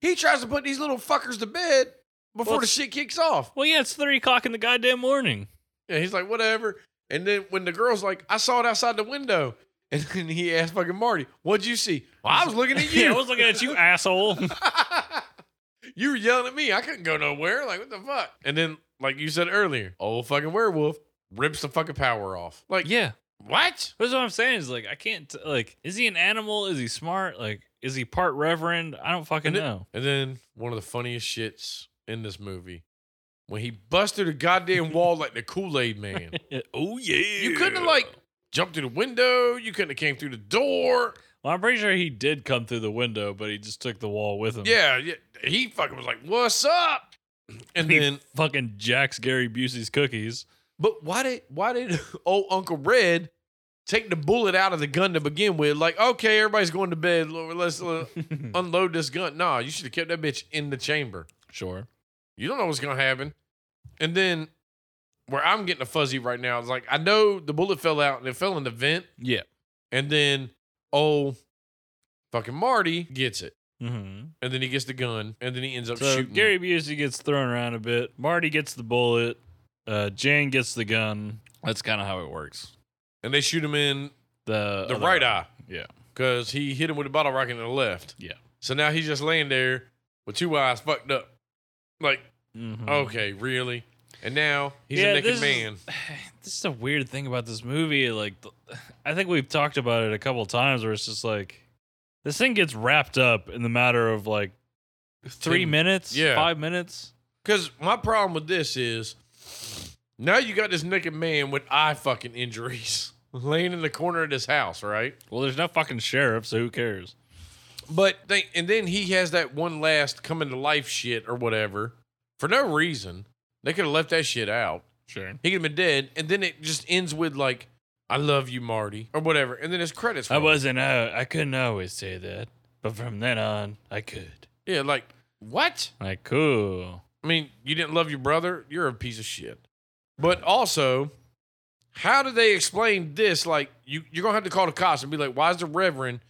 [SPEAKER 1] he tries to put these little fuckers to bed before
[SPEAKER 2] Well,
[SPEAKER 1] the shit kicks off.
[SPEAKER 2] Well, yeah, it's three o'clock in the goddamn morning.
[SPEAKER 1] Yeah, he's like, whatever. And then when the girl's like, I saw it outside the window. <laughs> And then he asked fucking Marty, what'd you see? Well, I was looking at <laughs> you.
[SPEAKER 2] <laughs> yeah, I was looking at
[SPEAKER 1] <laughs>
[SPEAKER 2] you, asshole.
[SPEAKER 1] you were yelling at me. I couldn't go nowhere. Like, what the fuck? And then, like you said earlier, old fucking werewolf rips the fucking power off. Like,
[SPEAKER 2] yeah,
[SPEAKER 1] what?
[SPEAKER 2] that's what I'm saying. Is like I can't t- like. Is he an animal? Is he smart? Like, is he part reverend? I don't fucking
[SPEAKER 1] And it-
[SPEAKER 2] know.
[SPEAKER 1] And then one of the funniest shits in this movie when he busts through the <laughs> goddamn wall like the Kool Aid man.
[SPEAKER 2] oh yeah.
[SPEAKER 1] You couldn't have, like, jumped through the window. You couldn't have came through the door.
[SPEAKER 2] Well, I'm pretty sure he did come through the window, but he just took the wall with him.
[SPEAKER 1] Yeah, yeah. He fucking was like, what's up? And
[SPEAKER 2] He
[SPEAKER 1] then,
[SPEAKER 2] fucking jacks Gary
[SPEAKER 1] <laughs>
[SPEAKER 2] Busey's cookies. <laughs>
[SPEAKER 1] But why did why did <laughs> old Uncle Red take the bullet out of the gun to begin with? Like, okay, everybody's going to bed. L- Let's uh, unload this gun. Nah, you should have kept that bitch in the chamber.
[SPEAKER 2] sure.
[SPEAKER 1] You don't know what's gonna happen. And then where I'm getting a fuzzy right now is like I know the bullet fell out and it fell in the vent,
[SPEAKER 2] Yeah.
[SPEAKER 1] and then old fucking Marty gets it, and then he gets the gun, and then he ends up
[SPEAKER 2] Mm-hmm. So
[SPEAKER 1] shooting.
[SPEAKER 2] Gary Busey gets thrown around a bit. Marty gets the bullet. Uh, Jane gets the gun. That's kind of how it works.
[SPEAKER 1] and they shoot him in
[SPEAKER 2] The
[SPEAKER 1] the
[SPEAKER 2] other-
[SPEAKER 1] right eye.
[SPEAKER 2] Yeah.
[SPEAKER 1] because he hit him with a bottle rocket in the left.
[SPEAKER 2] Yeah.
[SPEAKER 1] So now he's just laying there with two eyes fucked up. Like,
[SPEAKER 2] Mhm.
[SPEAKER 1] okay, really? And now he's
[SPEAKER 2] Yeah,
[SPEAKER 1] a naked
[SPEAKER 2] this is-
[SPEAKER 1] man.
[SPEAKER 2] <sighs> This is a weird thing about this movie. Like, the, I think we've talked about it a couple times, where it's just like this thing gets wrapped up in the matter of like three
[SPEAKER 1] Then-
[SPEAKER 2] minutes,
[SPEAKER 1] yeah.
[SPEAKER 2] five minutes.
[SPEAKER 1] Because my problem with this is now you got this naked man with eye fucking injuries <laughs> laying in the corner of this house, right?
[SPEAKER 2] Well, there's no fucking sheriff, so who cares?
[SPEAKER 1] But they, and then he has that one last coming to life shit or whatever for no reason. They could have left that shit out.
[SPEAKER 2] Sure.
[SPEAKER 1] He could have been dead, and then it just ends with like, "I love you, Marty," or whatever, and then his credits.
[SPEAKER 2] I
[SPEAKER 1] roll.
[SPEAKER 2] wasn't out. I couldn't always say that. But from then on, I could.
[SPEAKER 1] Yeah, like what?
[SPEAKER 2] Like, cool.
[SPEAKER 1] I mean, you didn't love your brother. You're a piece of shit. But also, how do they explain this? Like, you you're gonna have to call the cops and be like, "Why is the Reverend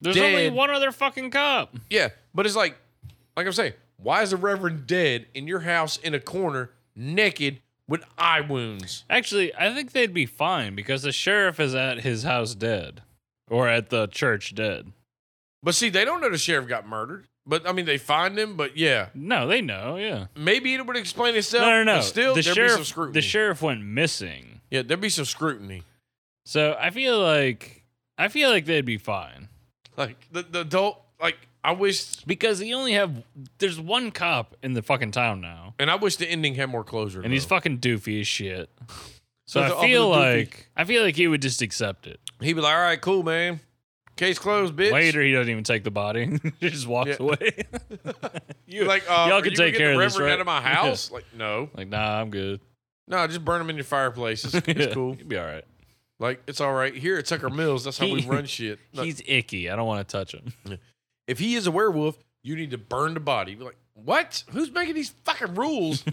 [SPEAKER 2] There's only
[SPEAKER 1] dead.
[SPEAKER 2] one other fucking cop.
[SPEAKER 1] Yeah, but it's like, like I'm saying, why is the Reverend dead in your house in a corner, naked with eye wounds?
[SPEAKER 2] Actually, I think they'd be fine because the sheriff is at his house dead or at the church dead.
[SPEAKER 1] But see, they don't know the sheriff got murdered. But I mean, they find him. But yeah,
[SPEAKER 2] No, they know, yeah.
[SPEAKER 1] maybe it would explain itself.
[SPEAKER 2] No, no, no.
[SPEAKER 1] but Still,
[SPEAKER 2] the
[SPEAKER 1] there'd
[SPEAKER 2] sheriff,
[SPEAKER 1] be some scrutiny.
[SPEAKER 2] the sheriff went missing.
[SPEAKER 1] yeah, there'd be some scrutiny.
[SPEAKER 2] So I feel like I feel like they'd be fine
[SPEAKER 1] Like the, the adult, like I wish,
[SPEAKER 2] because you only have there's one cop in the fucking town now,
[SPEAKER 1] and I wish the ending had more closure.
[SPEAKER 2] and he's
[SPEAKER 1] though.
[SPEAKER 2] fucking doofy as shit.
[SPEAKER 1] <laughs>
[SPEAKER 2] So
[SPEAKER 1] it's
[SPEAKER 2] I
[SPEAKER 1] all
[SPEAKER 2] feel
[SPEAKER 1] the doofy.
[SPEAKER 2] like I feel like he would just accept it.
[SPEAKER 1] he'd be like, "All right, cool, man. Case closed, bitch."
[SPEAKER 2] Later, he doesn't even take the body; <laughs> he just walks
[SPEAKER 1] Yeah. <laughs>
[SPEAKER 2] away.
[SPEAKER 1] you like, uh,
[SPEAKER 2] Y'all
[SPEAKER 1] are
[SPEAKER 2] can
[SPEAKER 1] you gonna
[SPEAKER 2] take
[SPEAKER 1] get
[SPEAKER 2] care
[SPEAKER 1] the
[SPEAKER 2] of
[SPEAKER 1] Reverend
[SPEAKER 2] this,
[SPEAKER 1] out of my
[SPEAKER 2] right?
[SPEAKER 1] house. Like, no,
[SPEAKER 2] like, nah,
[SPEAKER 1] <laughs>
[SPEAKER 2] I'm good.
[SPEAKER 1] no, just burn him in your fireplace.
[SPEAKER 2] <laughs>
[SPEAKER 1] It's, it's cool.
[SPEAKER 2] He'd be all right.
[SPEAKER 1] Like it's all right here at Tucker Mills. That's how we
[SPEAKER 2] He-
[SPEAKER 1] run
[SPEAKER 2] <laughs>
[SPEAKER 1] shit. Look,
[SPEAKER 2] He's icky. I don't want to
[SPEAKER 1] <laughs>
[SPEAKER 2] touch him.
[SPEAKER 1] if he is a werewolf, you need to burn the body. Be like, what? Who's making these fucking
[SPEAKER 2] <laughs>
[SPEAKER 1] rules?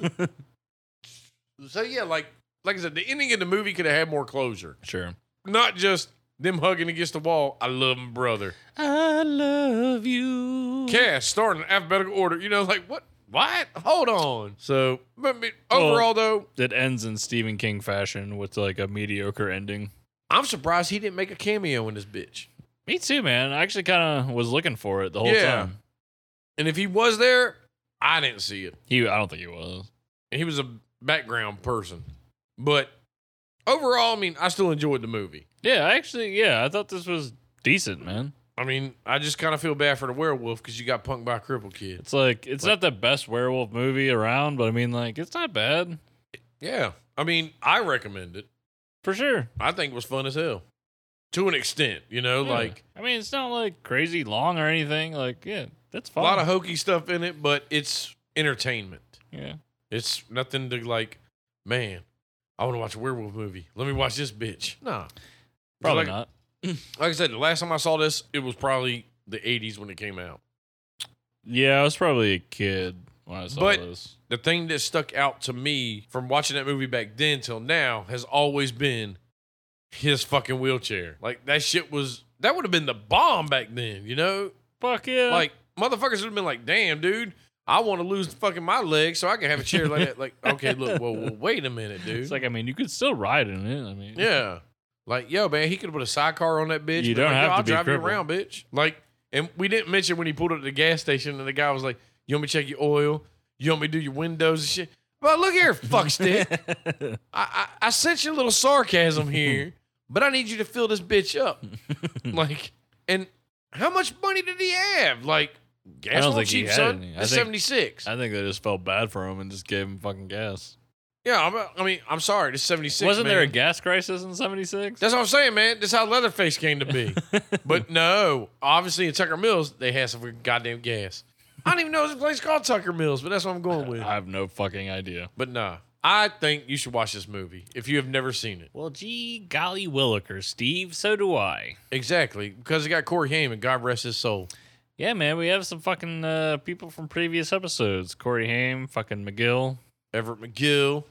[SPEAKER 1] so yeah, like like I said, the ending of the movie could have had more closure.
[SPEAKER 2] Sure.
[SPEAKER 1] Not just them hugging against the wall. I love him, brother.
[SPEAKER 2] I love you.
[SPEAKER 1] Cast starting in alphabetical order. You know, like what? What? Hold on. So, but I mean,
[SPEAKER 2] Well-
[SPEAKER 1] overall though,
[SPEAKER 2] It ends in Stephen King fashion with like a mediocre ending.
[SPEAKER 1] I'm surprised he didn't make a cameo in this bitch.
[SPEAKER 2] Me too, man. I actually kind of was looking for it the whole
[SPEAKER 1] Yeah.
[SPEAKER 2] time.
[SPEAKER 1] And if he was there, I didn't see it.
[SPEAKER 2] He, I don't think he was.
[SPEAKER 1] he was a background person. But overall, I mean, I still enjoyed the movie.
[SPEAKER 2] Yeah, actually, yeah. I thought this was decent, man.
[SPEAKER 1] I mean, I just kind of feel bad for the werewolf because you got punked by a cripple kid.
[SPEAKER 2] It's like it's not the best werewolf movie around, but I mean, like it's not bad
[SPEAKER 1] Yeah, I mean, I recommend it.
[SPEAKER 2] for sure.
[SPEAKER 1] I think it was fun as hell, to an extent. You know,
[SPEAKER 2] Yeah.
[SPEAKER 1] like
[SPEAKER 2] I mean, it's not like crazy long or anything. Like, yeah, that's
[SPEAKER 1] a
[SPEAKER 2] fine.
[SPEAKER 1] lot of hokey stuff in it, but it's entertainment.
[SPEAKER 2] yeah.
[SPEAKER 1] It's nothing to like, man. I want to watch a werewolf movie. Let me watch this bitch. Nah,
[SPEAKER 2] Probably
[SPEAKER 1] like,
[SPEAKER 2] not.
[SPEAKER 1] Like I said, the last time I saw this, it was probably the '80s when it came out.
[SPEAKER 2] Yeah, I was probably a kid when I saw
[SPEAKER 1] But-
[SPEAKER 2] this.
[SPEAKER 1] the thing that stuck out to me from watching that movie back then till now has always been his fucking wheelchair. Like that shit was that would have been the bomb back then, you know?
[SPEAKER 2] Fuck yeah.
[SPEAKER 1] Like motherfuckers would have been like, "Damn, dude, I want to lose fucking my leg so I can have a chair like that." Like, okay, look, well, well, wait a minute, dude.
[SPEAKER 2] it's like I mean, you could still ride in it. I mean,
[SPEAKER 1] Yeah. Like, yo, man, he could have put a sidecar on that bitch.
[SPEAKER 2] You
[SPEAKER 1] Been like,
[SPEAKER 2] don't
[SPEAKER 1] yo,
[SPEAKER 2] have to
[SPEAKER 1] I'll
[SPEAKER 2] be
[SPEAKER 1] drive
[SPEAKER 2] crippled.
[SPEAKER 1] you around, bitch. Like, and we didn't mention when he pulled up to the gas station and the guy was like, You want me to check your oil? You want me to do your windows and shit? Well, look here,
[SPEAKER 2] <laughs>
[SPEAKER 1] fuckstick. I, I, I sent you a little sarcasm here, but I need you to fill this bitch
[SPEAKER 2] <laughs>
[SPEAKER 1] up. like, and how much money did he have? Like,
[SPEAKER 2] I
[SPEAKER 1] gas was
[SPEAKER 2] don't think he
[SPEAKER 1] cheap,
[SPEAKER 2] had
[SPEAKER 1] son.
[SPEAKER 2] any. I
[SPEAKER 1] It's
[SPEAKER 2] think-
[SPEAKER 1] 76.
[SPEAKER 2] I think they just felt bad for him and just gave him fucking gas.
[SPEAKER 1] yeah, I'm, I mean, I'm sorry. It's 76.
[SPEAKER 2] Wasn't there a
[SPEAKER 1] man.
[SPEAKER 2] gas crisis in '76?
[SPEAKER 1] That's what I'm saying, man. That's how Leatherface came to <laughs> be. but no, obviously in Tucker Mills, they had some goddamn gas. I don't even know this place called Tucker Mills, but that's what I'm going with.
[SPEAKER 2] I have no fucking idea.
[SPEAKER 1] But nah, I think you should watch this movie if you have never seen it.
[SPEAKER 2] Well, gee, golly williker, Steve. So do I.
[SPEAKER 1] Exactly, because it got Corey Haim and God rest his soul.
[SPEAKER 2] Yeah, man, we have some fucking uh, people from previous episodes: Corey Haim, fucking McGill.
[SPEAKER 1] Everett McGill,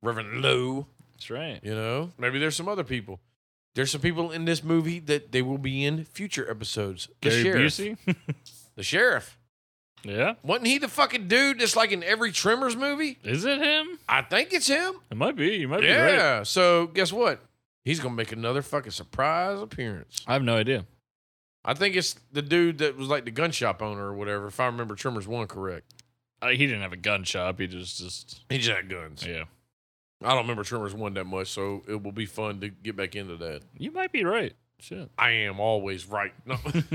[SPEAKER 1] Reverend Lowe,
[SPEAKER 2] That's right.
[SPEAKER 1] you know, maybe there's some other people. There's some people in this movie that they will be in future episodes. The
[SPEAKER 2] Gary
[SPEAKER 1] sheriff.
[SPEAKER 2] Busey. <laughs>
[SPEAKER 1] The sheriff.
[SPEAKER 2] yeah,
[SPEAKER 1] Wasn't he the fucking dude that's like in every Tremors movie?
[SPEAKER 2] is it him?
[SPEAKER 1] I think it's him.
[SPEAKER 2] It might be. You might be right.
[SPEAKER 1] Yeah. So guess what? He's gonna make another fucking surprise appearance.
[SPEAKER 2] I have no idea.
[SPEAKER 1] I think it's the dude that was like the gun shop owner or whatever. If I remember Tremors one correct,
[SPEAKER 2] Uh, he didn't have a gun shop. He just, just
[SPEAKER 1] he just had guns.
[SPEAKER 2] yeah.
[SPEAKER 1] I don't remember Tremors one that much, so it will be fun to get back into that.
[SPEAKER 2] You might be right.
[SPEAKER 1] <laughs>
[SPEAKER 2] Shit.
[SPEAKER 1] I am always right. No. <laughs>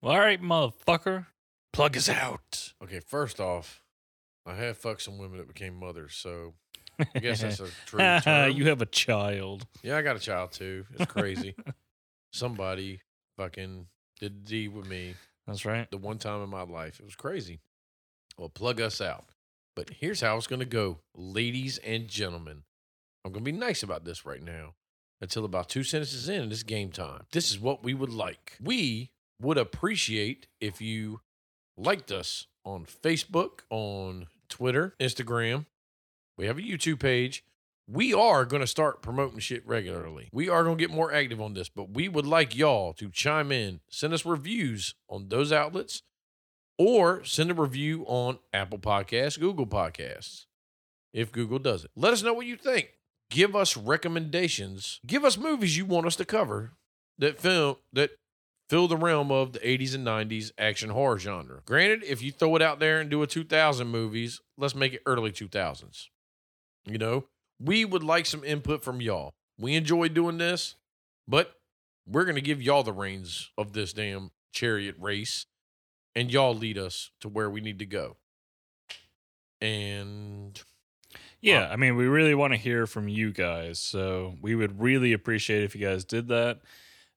[SPEAKER 2] well, all right, motherfucker. Plug
[SPEAKER 1] <laughs>
[SPEAKER 2] us out.
[SPEAKER 1] okay, first off, I have fucked some women that became mothers, so I guess that's <laughs> a
[SPEAKER 2] <laughs>
[SPEAKER 1] true term.
[SPEAKER 2] you have a child.
[SPEAKER 1] yeah, I got a child too. It's <laughs> crazy. Somebody fucking did D with me.
[SPEAKER 2] That's right.
[SPEAKER 1] the one time in my life. It was crazy. Well, plug us out. But here's how it's going to go, ladies and gentlemen. I'm going to be nice about this right now until about two sentences in, and it's game time. This is what we would like. We would appreciate if you liked us on Facebook, on Twitter, Instagram. We have a YouTube page. we are going to start promoting shit regularly. We are going to get more active on this, but we would like y'all to chime in, send us reviews on those outlets, or send a review on Apple Podcasts, Google Podcasts, if Google does it. Let us know what you think. Give us recommendations. Give us movies you want us to cover that film that fill the realm of the 80s and 90s action horror genre. Granted, if you throw it out there and do a 2000 movies, let's make it early 2000s. You know, we would like some input from y'all. We enjoy doing this, but we're going to give y'all the reins of this damn chariot race and y'all lead us to where we need to go. And
[SPEAKER 2] Yeah, I mean, we really want to hear from you guys. So we would really appreciate if you guys did that.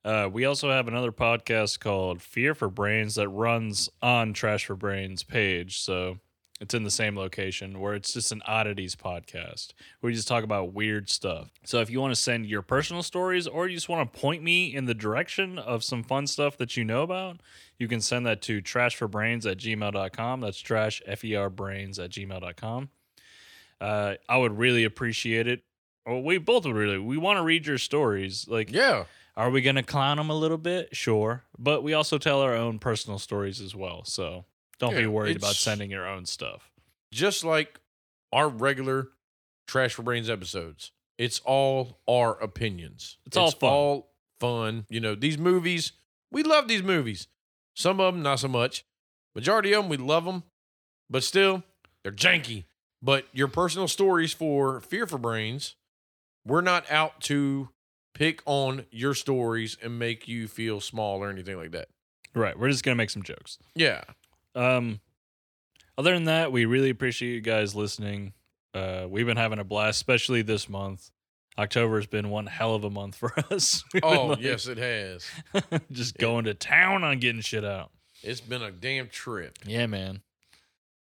[SPEAKER 2] Uh, we also have another podcast called Fear for Brains that runs on Trash for Brains page. So it's in the same location where it's just an oddities podcast. We just talk about weird stuff. So if you want to send your personal stories or you just want to point me in the direction of some fun stuff that you know about, you can send that to trashforbrains at gmail.com. That's trash, F E R brains at gmail.com. Uh, I would really appreciate it. Well, we both would really. We want to read your stories. Like,
[SPEAKER 1] yeah,
[SPEAKER 2] are we going to clown them a little bit? Sure. But we also tell our own personal stories as well. So don't
[SPEAKER 1] Yeah,
[SPEAKER 2] be worried about
[SPEAKER 1] it's-
[SPEAKER 2] sending your own stuff.
[SPEAKER 1] just like our regular Trash for Brains episodes. It's all our opinions.
[SPEAKER 2] It's all fun.
[SPEAKER 1] all fun. You know, these movies, we love these movies. Some of them, not so much. Majority of them, we love them, but still, they're janky. But your personal stories for Fear for Brains, we're not out to pick on your stories and make you feel small or anything like that.
[SPEAKER 2] Right. We're just going to make some jokes. <laughs>
[SPEAKER 1] Yeah.
[SPEAKER 2] Um, other than that, we really appreciate you guys listening. Uh, we've been having a blast, especially this month. October has been one hell of a month for <laughs> us. We've been,
[SPEAKER 1] Oh,
[SPEAKER 2] like,
[SPEAKER 1] yes, it has.
[SPEAKER 2] <laughs> just going to town on getting shit out.
[SPEAKER 1] It's been a damn trip.
[SPEAKER 2] Yeah, man.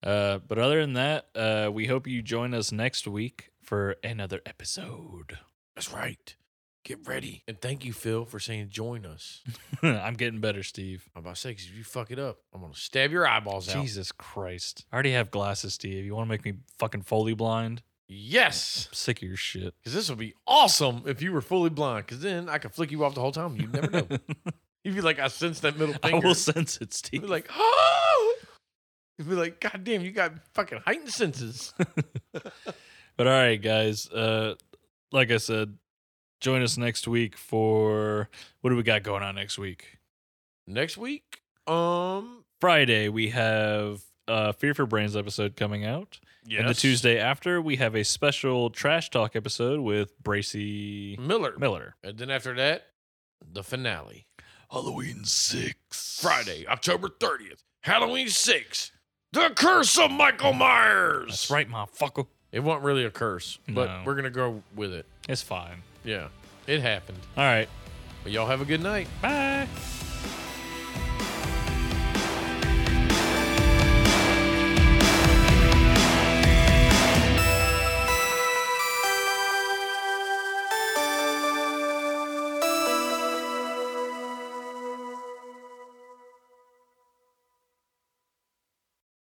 [SPEAKER 2] Uh, but other than that, uh, we hope you join us next week for another episode.
[SPEAKER 1] That's right. Get ready. And thank you, Phil, for saying join <laughs> us.
[SPEAKER 2] <laughs> I'm getting better, Steve.
[SPEAKER 1] I'm about to say, 'cause if you fuck it up, I'm going to stab your eyeballs out.
[SPEAKER 2] Jesus Christ. I already have glasses, Steve. You want to make me fucking fully blind?
[SPEAKER 1] Yes.
[SPEAKER 2] I'm sick of your shit.
[SPEAKER 1] Because this would be awesome if you were fully blind. Because then I could flick you off the whole time. You'd never <laughs> know. You'd be like, I sense that middle
[SPEAKER 2] I
[SPEAKER 1] finger.
[SPEAKER 2] will sense it,
[SPEAKER 1] You'd
[SPEAKER 2] Steve.
[SPEAKER 1] be like, oh. You'd be like, God damn, you got fucking heightened <laughs> senses.
[SPEAKER 2] But all right, guys. Uh, like I said, join us next week for what do we got going on next week?
[SPEAKER 1] Next week, um,
[SPEAKER 2] Friday, we have uh, Fear for Brains episode coming out.
[SPEAKER 1] yes.
[SPEAKER 2] And the Tuesday after, we have a special trash talk episode with Bracy
[SPEAKER 1] Miller.
[SPEAKER 2] Miller.
[SPEAKER 1] And then after that, the finale.
[SPEAKER 2] Halloween 6.
[SPEAKER 1] Friday, October 30th, Halloween 6. The Curse of Michael Myers.
[SPEAKER 2] That's right, motherfucker.
[SPEAKER 1] It wasn't really a curse, but
[SPEAKER 2] No.
[SPEAKER 1] we're going to go with it.
[SPEAKER 2] It's fine.
[SPEAKER 1] Yeah, it happened.
[SPEAKER 2] All right.
[SPEAKER 1] But y'all have a good night.
[SPEAKER 2] Bye.